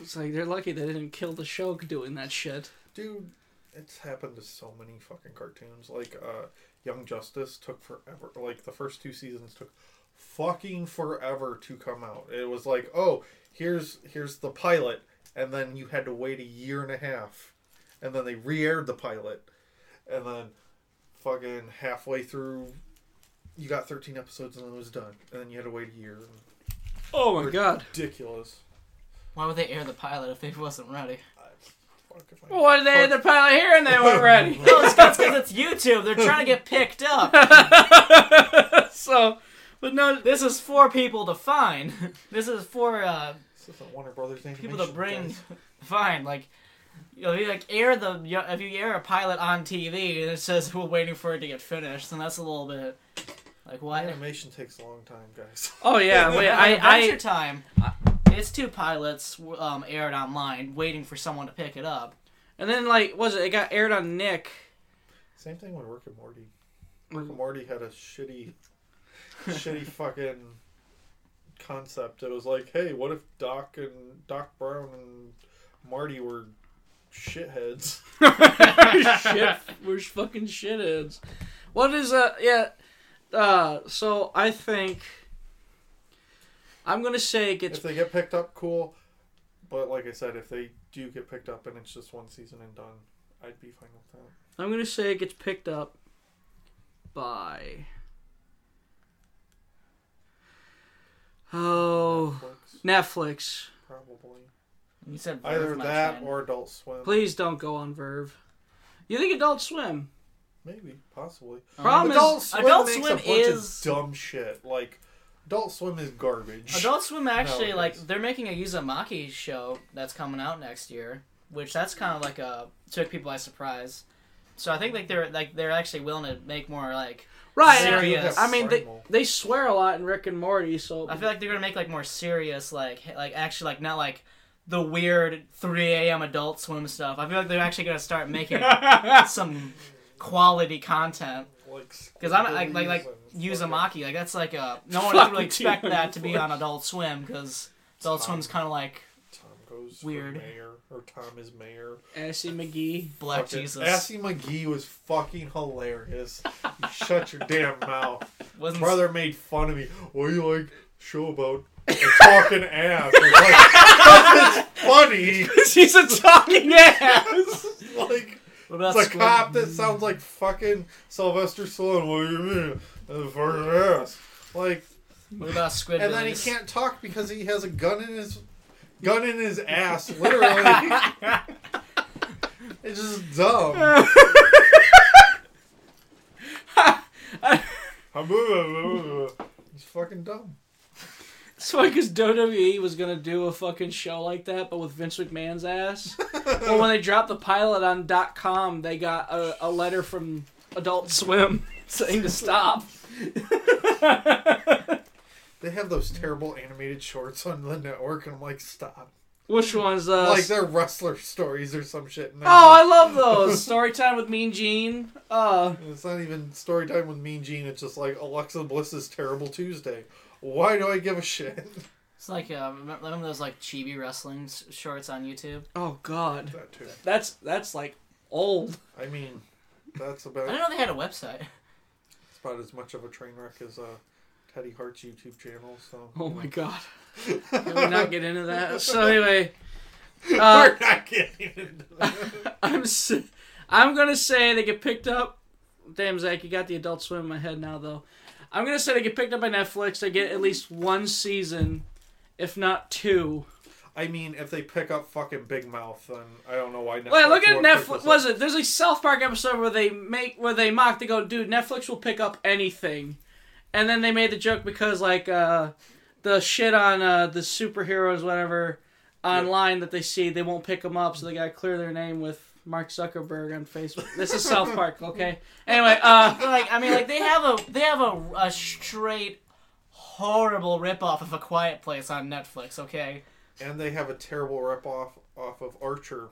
[SPEAKER 1] It's like they're lucky they didn't kill the show doing that shit.
[SPEAKER 2] Dude, it's happened to so many fucking cartoons. Like uh Young Justice took forever. Like the first two seasons took fucking forever to come out. It was like, "Oh, here's here's the pilot." And then you had to wait a year and a half. And then they re-aired the pilot. And then fucking halfway through you got 13 episodes and then it was done. And then you had to wait a year.
[SPEAKER 1] Oh my god.
[SPEAKER 2] Ridiculous.
[SPEAKER 3] Why would they air the pilot if they wasn't ready?
[SPEAKER 2] I, fuck if I
[SPEAKER 1] Why did they had the pilot here and they weren't ready?
[SPEAKER 3] No, it's because it's YouTube. They're trying to get picked up.
[SPEAKER 1] so, but no,
[SPEAKER 3] This is for people to find. This is for uh,
[SPEAKER 2] This isn't Warner Brothers
[SPEAKER 3] people to
[SPEAKER 2] animation,
[SPEAKER 3] bring.
[SPEAKER 2] guys.
[SPEAKER 3] Fine, like you know, if you like air the if you air a pilot on TV and it says we're waiting for it to get finished, then that's a little bit like what?
[SPEAKER 2] Animation takes a long time, guys.
[SPEAKER 1] oh yeah, wait,
[SPEAKER 3] I, Adventure
[SPEAKER 1] I,
[SPEAKER 3] Time. It's two pilots um, aired online, waiting for someone to pick it up.
[SPEAKER 1] and then like, was it? It got aired on Nick.
[SPEAKER 2] Same thing with Rick and Morty. Rick and Morty had a shitty, shitty fucking concept. It was like, hey, what if Doc and Doc Brown and Marty were shitheads?
[SPEAKER 1] shit, we're fucking shitheads. What is uh yeah? Uh, so I think I'm gonna say it gets
[SPEAKER 2] if they get picked up, cool. But like I said, if they do get picked up and it's just one season and done, I'd be fine with that.
[SPEAKER 1] I'm gonna say it gets picked up by oh
[SPEAKER 2] Netflix,
[SPEAKER 1] Netflix.
[SPEAKER 2] probably.
[SPEAKER 3] You said
[SPEAKER 2] Either
[SPEAKER 3] Verve, my
[SPEAKER 2] that
[SPEAKER 3] friend.
[SPEAKER 2] or Adult Swim.
[SPEAKER 1] Please don't go on Verve. You think Adult Swim?
[SPEAKER 2] Maybe, possibly.
[SPEAKER 1] Problem
[SPEAKER 2] Adult
[SPEAKER 1] is,
[SPEAKER 2] Swim
[SPEAKER 3] Adult
[SPEAKER 2] makes
[SPEAKER 3] Swim
[SPEAKER 2] a bunch
[SPEAKER 3] is-
[SPEAKER 2] of dumb shit. Like Adult Swim is garbage.
[SPEAKER 3] Adult Swim actually
[SPEAKER 2] No, it
[SPEAKER 3] like
[SPEAKER 2] is.
[SPEAKER 3] they're making a Yuzumaki show that's coming out next year, which that's kind of like a took people by surprise. So I think like they're like they're actually willing to make more like
[SPEAKER 1] right?
[SPEAKER 2] Yeah,
[SPEAKER 1] and-
[SPEAKER 2] you
[SPEAKER 3] serious.
[SPEAKER 2] have
[SPEAKER 1] I mean, they,
[SPEAKER 2] primal.
[SPEAKER 1] they swear a lot in Rick and Morty, so
[SPEAKER 3] I feel like they're gonna make like more serious like h- like actually like not like the weird 3 a.m. Adult Swim stuff. I feel like they're actually gonna start making some quality content
[SPEAKER 2] like
[SPEAKER 3] because I'm like like like
[SPEAKER 2] Squidbillies and
[SPEAKER 3] Yuzumaki like that's like a no one
[SPEAKER 1] Fucking
[SPEAKER 3] would really expect
[SPEAKER 1] dude.
[SPEAKER 3] that to be on Adult Swim because Adult Swim's kind of like
[SPEAKER 2] fucking Tom goes
[SPEAKER 3] Weird.
[SPEAKER 2] weird. mayor or Tom is mayor.
[SPEAKER 1] Assy McGee.
[SPEAKER 3] Black
[SPEAKER 2] Fucking-
[SPEAKER 3] Jesus.
[SPEAKER 2] Assy McGee was fucking hilarious. you shut your damn mouth.
[SPEAKER 3] Wasn't
[SPEAKER 2] Brother made fun of me. What do you like show about a talking ass? I was like, "That's funny.
[SPEAKER 1] She's a talking ass.
[SPEAKER 2] like
[SPEAKER 3] What about
[SPEAKER 2] It's a
[SPEAKER 3] Squid-
[SPEAKER 2] cop that sounds like fucking Sylvester Stallone. What do you mean? That's a fucking ass. Like,
[SPEAKER 3] What about Squid?
[SPEAKER 2] and then he can't talk because he has a gun in his gun in his ass. Literally, it's just dumb. it's fucking dumb.
[SPEAKER 1] It's like because WWE E was gonna do a fucking show like that, but with Vince McMahon's ass. but when they dropped the pilot on .com, they got a, a letter from Adult Swim saying to stop.
[SPEAKER 2] They have those terrible animated shorts on the network, and I'm like, stop.
[SPEAKER 1] Which one's uh?
[SPEAKER 2] Like they're wrestler stories or some shit. and
[SPEAKER 1] oh, I love those. Story time with Mean Gene. Uh,
[SPEAKER 2] And It's not even story time with Mean Gene. It's just like Alexa Bliss's terrible Tuesday. Why do I give a shit?
[SPEAKER 3] It's like uh, remember remember those like chibi wrestling s- shorts on YouTube.
[SPEAKER 1] oh God,
[SPEAKER 2] That too.
[SPEAKER 1] that's that's like old.
[SPEAKER 2] I mean, that's
[SPEAKER 3] I
[SPEAKER 2] about
[SPEAKER 3] didn't know they had a website.
[SPEAKER 2] it's about as much of a train wreck as uh, Teddy Hart's YouTube channel. So
[SPEAKER 1] Oh my God. Can we not get into that? So anyway, uh,
[SPEAKER 2] we're not getting into that.
[SPEAKER 1] I'm s am gonna say they get picked up. Damn, Zach, you got the Adult Swim in my head now, though. I'm gonna say they get picked up by Netflix. They get at least one season, if not two.
[SPEAKER 2] I mean, if they pick up fucking Big Mouth, then I don't know why. Netflix
[SPEAKER 1] Well, look at
[SPEAKER 2] wouldn't pick
[SPEAKER 1] Netflix.
[SPEAKER 2] this
[SPEAKER 1] Was
[SPEAKER 2] up.
[SPEAKER 1] it? There's a South Park episode where they make where they mock. They go, dude, Netflix will pick up anything, and then they made the joke because like uh, the shit on uh, the superheroes, whatever, online that they see, they won't pick them up, so they gotta clear their name with Mark Zuckerberg on Facebook. this is South Park, okay? Anyway, uh.
[SPEAKER 3] Like I mean, like they have a they have a, a straight horrible ripoff of A Quiet Place on Netflix. Okay,
[SPEAKER 2] And they have a terrible ripoff off of Archer.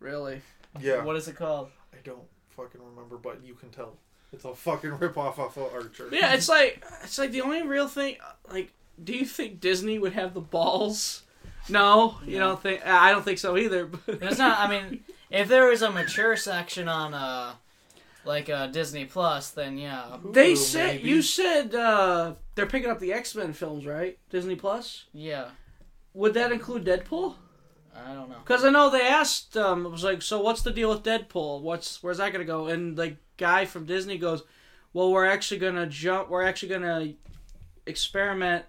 [SPEAKER 1] Really?
[SPEAKER 2] Yeah,
[SPEAKER 3] what is it called?
[SPEAKER 2] I don't fucking remember, but you can tell it's a fucking ripoff off of Archer.
[SPEAKER 1] But yeah, it's like it's like the only real thing. Like, do you think Disney would have the balls? No, you
[SPEAKER 3] No.
[SPEAKER 1] don't think. I don't think so either. But
[SPEAKER 3] There's not. I mean, if there was a mature section on uh, like uh, Disney Plus, then yeah,
[SPEAKER 1] They
[SPEAKER 2] Hulu,
[SPEAKER 1] said
[SPEAKER 2] maybe.
[SPEAKER 1] you said uh, they're picking up the X Men films, right? Disney Plus.
[SPEAKER 3] yeah.
[SPEAKER 1] Would that include Deadpool?
[SPEAKER 3] I don't know.
[SPEAKER 1] Because I know they asked. Um, it was like, so what's the deal with Deadpool? What's where's that gonna go? And the guy from Disney goes, well, we're actually gonna jump. We're actually gonna experiment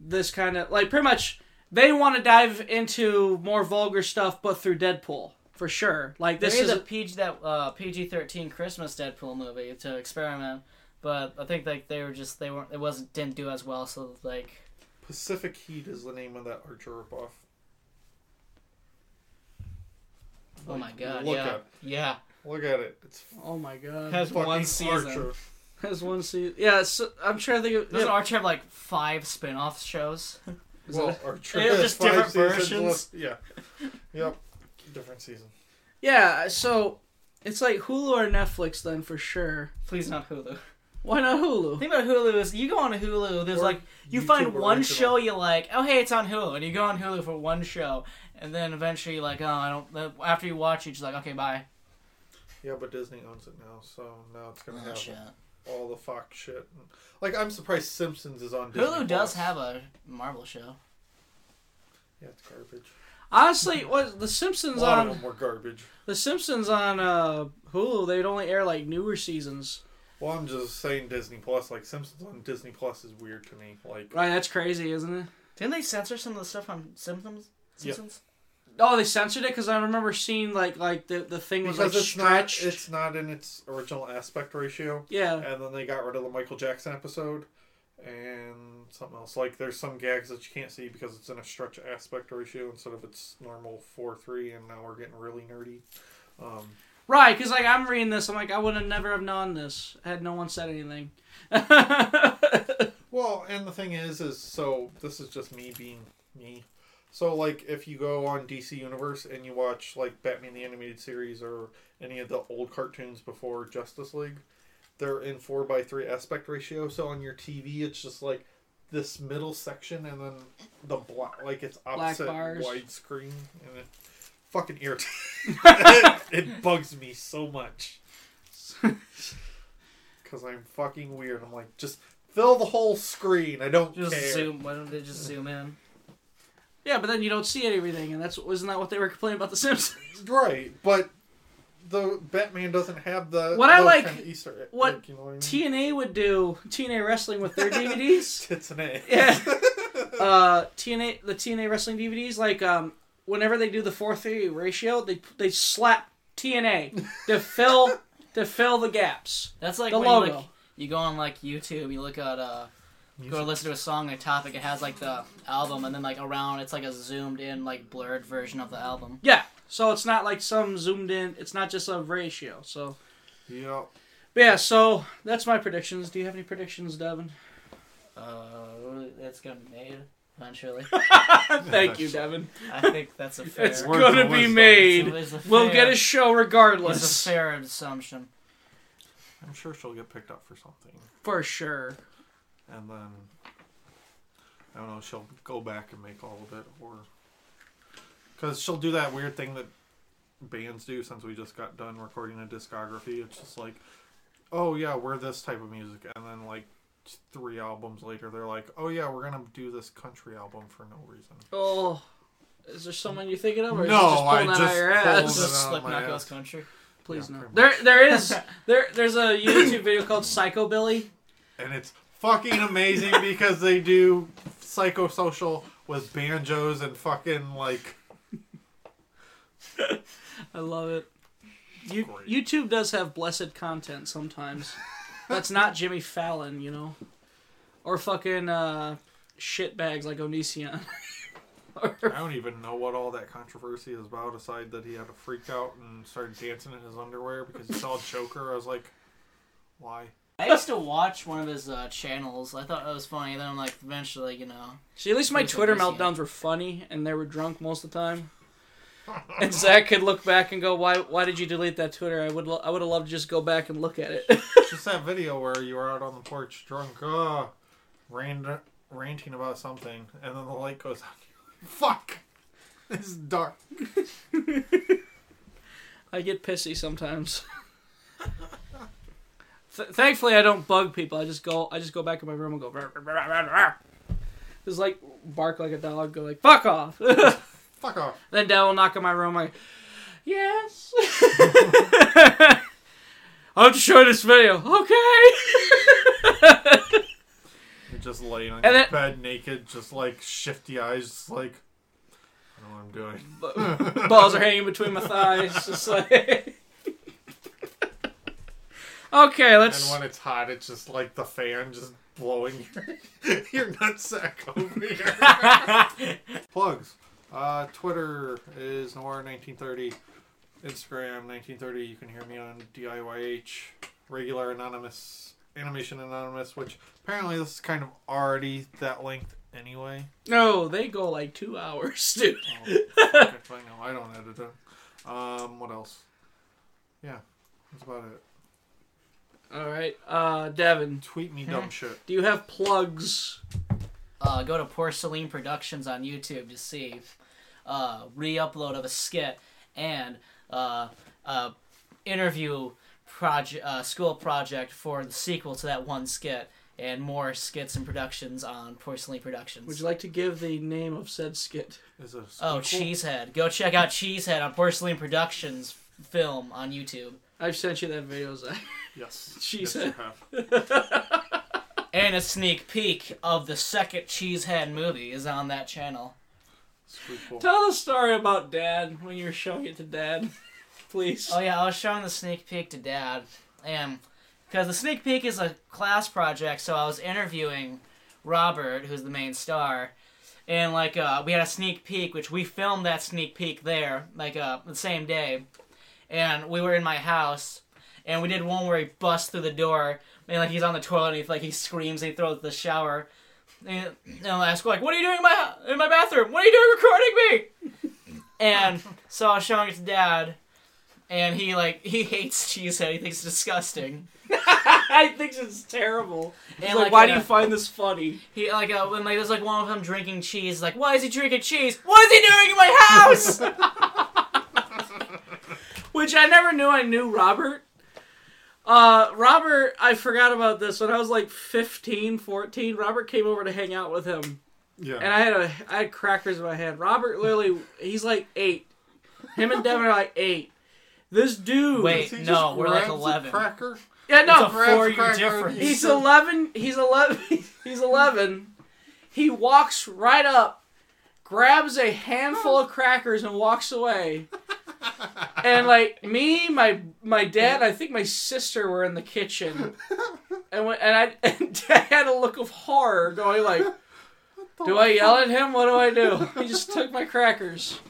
[SPEAKER 1] this kind of like pretty much they want to dive into more vulgar stuff, but through Deadpool for sure. Like this
[SPEAKER 3] there is
[SPEAKER 1] is
[SPEAKER 3] a PG that uh, PG thirteen Christmas Deadpool movie to experiment, but I think like they were just they weren't it wasn't didn't do as well. So like
[SPEAKER 2] Pacific Heat is the name of that Archer ripoff.
[SPEAKER 3] oh my god
[SPEAKER 2] look
[SPEAKER 3] yeah
[SPEAKER 2] up.
[SPEAKER 3] yeah
[SPEAKER 2] Look at it. It's
[SPEAKER 1] oh my god,
[SPEAKER 3] has
[SPEAKER 2] fucking
[SPEAKER 3] one season.
[SPEAKER 2] Archer.
[SPEAKER 1] has one season. Yeah, so, I'm trying to think. Of,
[SPEAKER 3] Doesn't
[SPEAKER 1] yeah.
[SPEAKER 3] Archer have like five spin off shows? Is
[SPEAKER 2] Well,
[SPEAKER 3] it-
[SPEAKER 2] Archer
[SPEAKER 3] They have
[SPEAKER 2] has
[SPEAKER 3] just
[SPEAKER 2] five
[SPEAKER 3] different
[SPEAKER 2] seasons
[SPEAKER 3] versions.
[SPEAKER 2] left. Yeah. Yep. Different season.
[SPEAKER 1] yeah, so it's like Hulu or Netflix then for sure.
[SPEAKER 3] Please not Hulu.
[SPEAKER 1] Why not Hulu?
[SPEAKER 3] The thing about Hulu is you go on Hulu, there's
[SPEAKER 2] Or
[SPEAKER 3] like you
[SPEAKER 2] YouTube
[SPEAKER 3] find one
[SPEAKER 2] original.
[SPEAKER 3] show you like, oh hey, it's on Hulu, and you go on Hulu for one show, and then eventually you're like, oh, I don't. then After you watch, it, you're just like, okay, bye.
[SPEAKER 2] Yeah, but Disney owns it now, so now it's gonna
[SPEAKER 3] Oh,
[SPEAKER 2] have
[SPEAKER 3] shit.
[SPEAKER 2] all the Fox shit. Like I'm surprised Simpsons is on. Disney
[SPEAKER 3] Hulu does
[SPEAKER 2] Plus.
[SPEAKER 3] have a Marvel show.
[SPEAKER 2] Yeah, it's garbage.
[SPEAKER 1] Honestly, what the
[SPEAKER 2] A
[SPEAKER 1] Simpsons
[SPEAKER 2] lot
[SPEAKER 1] on
[SPEAKER 2] of them were garbage.
[SPEAKER 1] the Simpsons on uh, Hulu? They'd only air like newer seasons.
[SPEAKER 2] Well, I'm just saying Disney Plus. Like Simpsons on Disney Plus is weird to me. Like
[SPEAKER 1] Right, that's crazy, isn't it?
[SPEAKER 3] Didn't they censor some of the stuff on Simpsons?
[SPEAKER 2] Yeah.
[SPEAKER 3] Simpsons?
[SPEAKER 1] Oh, they censored it because I remember seeing like like the the thing was
[SPEAKER 2] because
[SPEAKER 1] like
[SPEAKER 2] it's
[SPEAKER 1] stretched.
[SPEAKER 2] not it's not in its original aspect ratio.
[SPEAKER 1] yeah,
[SPEAKER 2] And then they got rid of the Michael Jackson episode and something else. Like there's some gags that you can't see because it's in a stretch aspect ratio instead of its normal four three. And now we're getting really nerdy. Um,
[SPEAKER 1] right. Because like I'm reading this, I'm like I would have never have known this had no one said anything.
[SPEAKER 2] Well, and the thing is, is so this is just me being me. So like, if you go on DC Universe and you watch like Batman the Animated Series or any of the old cartoons before Justice League, they're in four by three aspect ratio. So on your TV, it's just like this middle section and then the black, like it's opposite
[SPEAKER 1] bars.
[SPEAKER 2] widescreen, and it fucking irritates. it, it bugs me so much. Cause I'm fucking weird. I'm like, just fill the whole screen. I don't
[SPEAKER 3] Just
[SPEAKER 2] care.
[SPEAKER 3] zoom. Why don't they just zoom in?
[SPEAKER 1] yeah, but then you don't see everything, and that's wasn't that what they were complaining about the Simpsons?
[SPEAKER 2] Right, but the Batman doesn't have the
[SPEAKER 1] What I
[SPEAKER 2] those
[SPEAKER 1] like-
[SPEAKER 2] kind of Easter egg,
[SPEAKER 1] what
[SPEAKER 2] like, you know what I mean?
[SPEAKER 1] TNA would do TNA wrestling with their DVDs.
[SPEAKER 2] Tits and eggs.
[SPEAKER 1] Yeah. uh, TNA the TNA wrestling DVDs like um whenever they do the four three ratio they they slap TNA to fill to fill the gaps.
[SPEAKER 3] That's like
[SPEAKER 1] The
[SPEAKER 3] when You,
[SPEAKER 1] logo.
[SPEAKER 3] like, you go on like YouTube, you look at uh, go listen to a song, a topic, it has like the album, and then like around, it's like a zoomed in, like blurred version of the album.
[SPEAKER 1] Yeah, so it's not like some zoomed in. It's not just a ratio. So
[SPEAKER 2] yeah.
[SPEAKER 1] but yeah, so that's my predictions. Do you have any predictions, Devin?
[SPEAKER 3] Uh, it's gonna be made eventually.
[SPEAKER 1] Thank you, Devin.
[SPEAKER 3] I think that's a fair.
[SPEAKER 1] It's
[SPEAKER 2] Words of
[SPEAKER 1] gonna be
[SPEAKER 2] wisdom.
[SPEAKER 1] made.
[SPEAKER 3] It's a
[SPEAKER 1] We'll
[SPEAKER 3] fair-
[SPEAKER 1] get a show
[SPEAKER 3] It's
[SPEAKER 1] regardless
[SPEAKER 3] a fair assumption.
[SPEAKER 2] I'm sure she'll get picked up for something,
[SPEAKER 1] for sure.
[SPEAKER 2] and then I don't know. She'll go back and make all of it, or because she'll do that weird thing that bands do. Since we just got done recording a discography, it's just like, oh yeah, we're this type of music, and then like three albums later, they're like, oh yeah, we're gonna do this country album for no reason.
[SPEAKER 1] Oh. Is there someone you're thinking of, or is
[SPEAKER 2] No,
[SPEAKER 1] it just pulling that
[SPEAKER 2] I
[SPEAKER 1] out of
[SPEAKER 2] just
[SPEAKER 1] your
[SPEAKER 2] pulled
[SPEAKER 1] ass?
[SPEAKER 2] Hold it
[SPEAKER 3] Just
[SPEAKER 2] on my
[SPEAKER 3] Slipknot Goes
[SPEAKER 2] ass.
[SPEAKER 3] Country.
[SPEAKER 1] Please
[SPEAKER 2] Yeah,
[SPEAKER 1] no.
[SPEAKER 2] pretty
[SPEAKER 1] There,
[SPEAKER 2] much.
[SPEAKER 1] there is there. There's a YouTube video called Psychobilly.
[SPEAKER 2] and it's fucking amazing because they do psychosocial with banjos and fucking like
[SPEAKER 1] I love it. You,
[SPEAKER 2] Great.
[SPEAKER 1] YouTube does have blessed content sometimes. That's not Jimmy Fallon, you know, or fucking uh, shit bags like Onision.
[SPEAKER 2] I don't even know what all that controversy is about aside that he had a freak out and started dancing in his underwear because he saw Joker. I was like, why?
[SPEAKER 3] I used to watch one of his uh, channels. I thought it was funny. Then I'm like, eventually, you know,
[SPEAKER 1] See, at least my
[SPEAKER 3] Who's
[SPEAKER 1] Twitter
[SPEAKER 3] Onision?
[SPEAKER 1] meltdowns were funny and they were drunk most of the time. and Zach could look back and go, "Why? Why did you delete that Twitter? I would. Lo- I would have loved to just go back and look at it."
[SPEAKER 2] Just that video where you were out on the porch drunk, uh, rant, ranting about something, and then the light goes out. Fuck! It's dark.
[SPEAKER 1] I get pissy sometimes. Th- thankfully, I don't bug people. I just go. I just go back in my room and go. "Rah, rah, rah, rah, rah." Just like bark like a dog. Go like fuck off. then
[SPEAKER 2] Fuck off.
[SPEAKER 1] Dad will knock on my room. Like yes. I have to show you this video. Okay.
[SPEAKER 2] You're just laying on
[SPEAKER 1] And
[SPEAKER 2] your
[SPEAKER 1] it-
[SPEAKER 2] bed naked, just like shifty eyes, just like, I know what I'm doing.
[SPEAKER 1] B- balls are hanging between my thighs. Just like. okay,
[SPEAKER 2] And
[SPEAKER 1] let's.
[SPEAKER 2] when it's hot, it's just like the fan just blowing your, your nutsack over here. Plugs. Uh, Twitter is Noir1930. Instagram 1930. You can hear me on DIYH. Regular Anonymous. Animation Anonymous, which apparently this is kind of already that length anyway.
[SPEAKER 1] No, they go like two hours, dude.
[SPEAKER 2] Oh, fuck if I know, I don't edit it. Um, what else? Yeah, that's about it.
[SPEAKER 1] All right, uh, Devin,
[SPEAKER 2] Tweet me dumb shit.
[SPEAKER 1] do you have plugs?
[SPEAKER 3] uh, go to Porcelain Productions on YouTube to see uh, re-upload of a skit and uh, uh, interview project uh, school project for the sequel to that one skit and more skits and productions on Porcelain Productions.
[SPEAKER 1] Would you like to give the name of said skit?
[SPEAKER 2] Is it a sequel?
[SPEAKER 3] oh, Cheesehead! Go check out Cheesehead on Porcelain Productions film on YouTube.
[SPEAKER 1] I've sent you that video, Zach.
[SPEAKER 2] Yes.
[SPEAKER 1] Cheese
[SPEAKER 2] Yes, you
[SPEAKER 1] head.
[SPEAKER 2] have.
[SPEAKER 3] And a sneak peek of the second Cheesehead movie is on that channel.
[SPEAKER 2] Sequel.
[SPEAKER 1] Tell the story about Dad when you were showing it to Dad, please.
[SPEAKER 3] Oh yeah, I was showing the sneak peek to Dad, and because the sneak peek is a class project, so I was interviewing Robert, who's the main star, and like uh, we had a sneak peek, which we filmed that sneak peek there, like uh, the same day, and we were in my house, and we did one where he busts through the door, and like he's on the toilet, and he, like he screams, and he throws the shower. And, and I was like, "What are you doing in my in my bathroom? What are you doing recording me?" And so I was showing it to Dad, and he like he hates cheesehead. He thinks it's disgusting.
[SPEAKER 1] I think it's terrible. It's
[SPEAKER 3] And
[SPEAKER 1] like,
[SPEAKER 3] like,
[SPEAKER 1] why
[SPEAKER 3] uh,
[SPEAKER 1] do you find this funny?
[SPEAKER 3] He like uh, when like there's like one of them drinking cheese. Like why is he drinking cheese? What is he doing in my house?
[SPEAKER 1] Which I never knew I knew Robert. Uh, Robert, I forgot about this. When I was like 15, 14, Robert came over to hang out with him.
[SPEAKER 2] Yeah.
[SPEAKER 1] and I had a I had crackers in my hand. Robert literally, he's like eight. Him and Devin are like eight. This dude,
[SPEAKER 3] Wait.
[SPEAKER 2] He just
[SPEAKER 3] No, we're like
[SPEAKER 2] grabs a
[SPEAKER 3] 11.
[SPEAKER 2] Cracker.
[SPEAKER 1] yeah,
[SPEAKER 3] It's a
[SPEAKER 1] no,
[SPEAKER 2] grabs a
[SPEAKER 3] four-year
[SPEAKER 2] cracker
[SPEAKER 3] difference.
[SPEAKER 2] and
[SPEAKER 1] he's
[SPEAKER 2] eats it.
[SPEAKER 1] eleven. He's eleven. He's eleven. He walks right up, grabs a handful of crackers, and walks away. And like me, my my dad, I think my sister were in the kitchen, and when, and I and dad had a look of horror, going like, "Do I yell at him? What do I do?" He just took my crackers.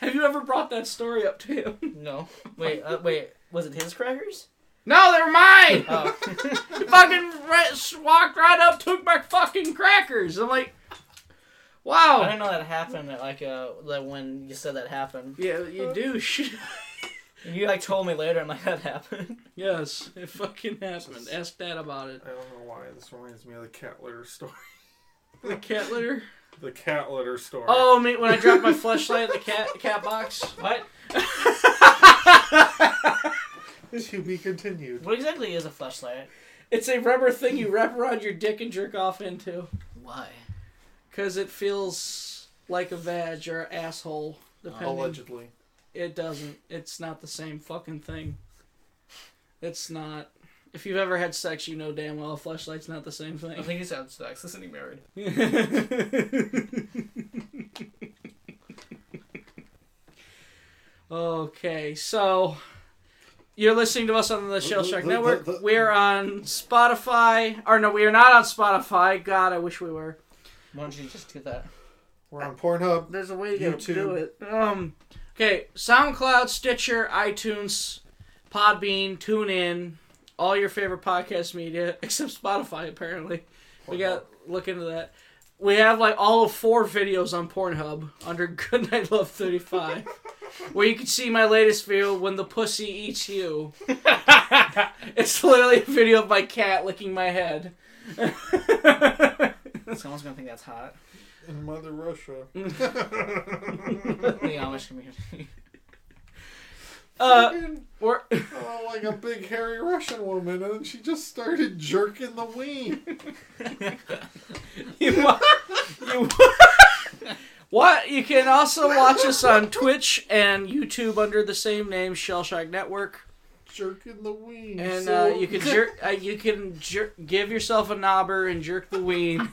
[SPEAKER 1] Have you ever brought that story up to him?
[SPEAKER 3] no. Wait. Uh, wait. Was it his crackers?
[SPEAKER 1] No, they're mine.
[SPEAKER 3] Oh.
[SPEAKER 1] He fucking re- walked right up, took my fucking crackers. I'm like,
[SPEAKER 3] Oh. I
[SPEAKER 1] wow.
[SPEAKER 3] didn't know that happened. Like uh, like when you said that happened.
[SPEAKER 1] Yeah, you douche.
[SPEAKER 3] You like told me later. I'm like that happened.
[SPEAKER 1] yes, it fucking happened. Ask Dad about it.
[SPEAKER 2] I don't know why this reminds me of the cat litter story.
[SPEAKER 1] The cat litter.
[SPEAKER 2] The cat litter story.
[SPEAKER 1] Oh, me when I dropped my flashlight in the cat cat box.
[SPEAKER 3] What?
[SPEAKER 2] To be continued.
[SPEAKER 3] What exactly is a flashlight?
[SPEAKER 1] It's a rubber thing you wrap around your dick and jerk off into,
[SPEAKER 3] Why?
[SPEAKER 1] cause it feels like a vag or asshole. Depending,
[SPEAKER 2] Allegedly.
[SPEAKER 1] it doesn't. It's not the same fucking thing. It's not. If you've ever had sex, you know damn well a flashlight's not the same
[SPEAKER 3] I
[SPEAKER 1] thing.
[SPEAKER 3] think he's having sex. Isn't he married?
[SPEAKER 1] okay, so you're listening to us on the Shell Shock
[SPEAKER 2] the-
[SPEAKER 1] Network.
[SPEAKER 2] the- the-
[SPEAKER 1] We are on Spotify. Or no, we are not on Spotify. God, I wish we were.
[SPEAKER 3] Why don't you just do that?
[SPEAKER 2] We're on Pornhub.
[SPEAKER 1] There's a way to
[SPEAKER 2] YouTube.
[SPEAKER 1] do it. Um, okay, SoundCloud, Stitcher, iTunes, Podbean, TuneIn, all your favorite podcast media except Spotify. Apparently, we got look into that. We have like all of four videos on Pornhub under Goodnight Love 35, where you can see my latest video, When the Pussy Eats You. It's literally a video of my cat licking my head.
[SPEAKER 3] Someone's gonna think that's hot.
[SPEAKER 2] In Mother Russia.
[SPEAKER 3] The Amish community.
[SPEAKER 1] uh,
[SPEAKER 2] Fucking,
[SPEAKER 1] we're,
[SPEAKER 2] oh, like a big hairy Russian woman, and she just started jerking the wing.
[SPEAKER 1] you, wa- you, what? You can also watch us on Twitch and YouTube under the same name, Shellshock Network.
[SPEAKER 2] jerking the wing.
[SPEAKER 1] And
[SPEAKER 2] so-
[SPEAKER 1] uh, you can jerk, uh, you can jer- give yourself a knobber and jerk the ween.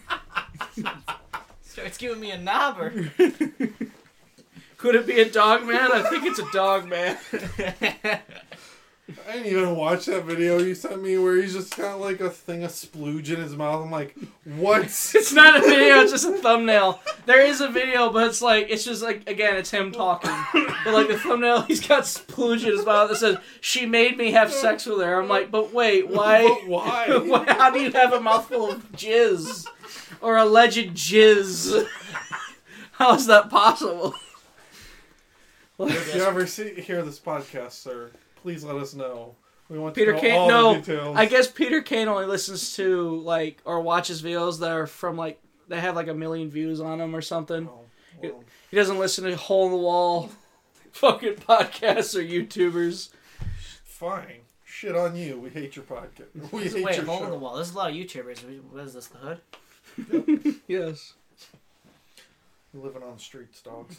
[SPEAKER 3] Starts giving me a knobber.
[SPEAKER 1] Could it be a dog man? I think it's a dog man.
[SPEAKER 2] I didn't even watch that video you sent me where he's just got like a thing of splooge in his mouth. I'm like, what?
[SPEAKER 1] It's not a video, it's just a thumbnail. There is a video, but it's like it's just like again, it's him talking. But like the thumbnail, he's got splooge in his mouth that says, "She made me have sex with her." I'm like, but wait,
[SPEAKER 2] But
[SPEAKER 1] why?
[SPEAKER 2] why?
[SPEAKER 1] why how do you have a mouthful of jizz or alleged jizz? How is that possible?
[SPEAKER 2] if you ever see hear this podcast, sir, please let us know. We want
[SPEAKER 1] Peter
[SPEAKER 2] to know
[SPEAKER 1] Kane-
[SPEAKER 2] all
[SPEAKER 1] no,
[SPEAKER 2] the details.
[SPEAKER 1] I guess Peter Kane only listens to like or watches videos that are from like that have like a million views on them or something.
[SPEAKER 2] Oh, well,
[SPEAKER 1] He doesn't listen to hole in the wall fucking podcasts or YouTubers.
[SPEAKER 2] fine. Shit on you. We hate your podcast. We hate
[SPEAKER 3] Wait,
[SPEAKER 2] your
[SPEAKER 3] hole in the
[SPEAKER 2] show.
[SPEAKER 3] wall. There's a lot of YouTubers. What is this? The hood?
[SPEAKER 1] Yes.
[SPEAKER 2] You're living on the streets, dogs.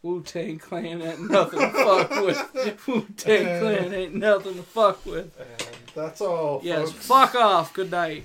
[SPEAKER 1] Wu Tang Clan ain't nothing to fuck with. Wu Tang Clan ain't nothing to fuck with.
[SPEAKER 2] And that's all.
[SPEAKER 1] Yes,
[SPEAKER 2] folks.
[SPEAKER 1] fuck off. Good night.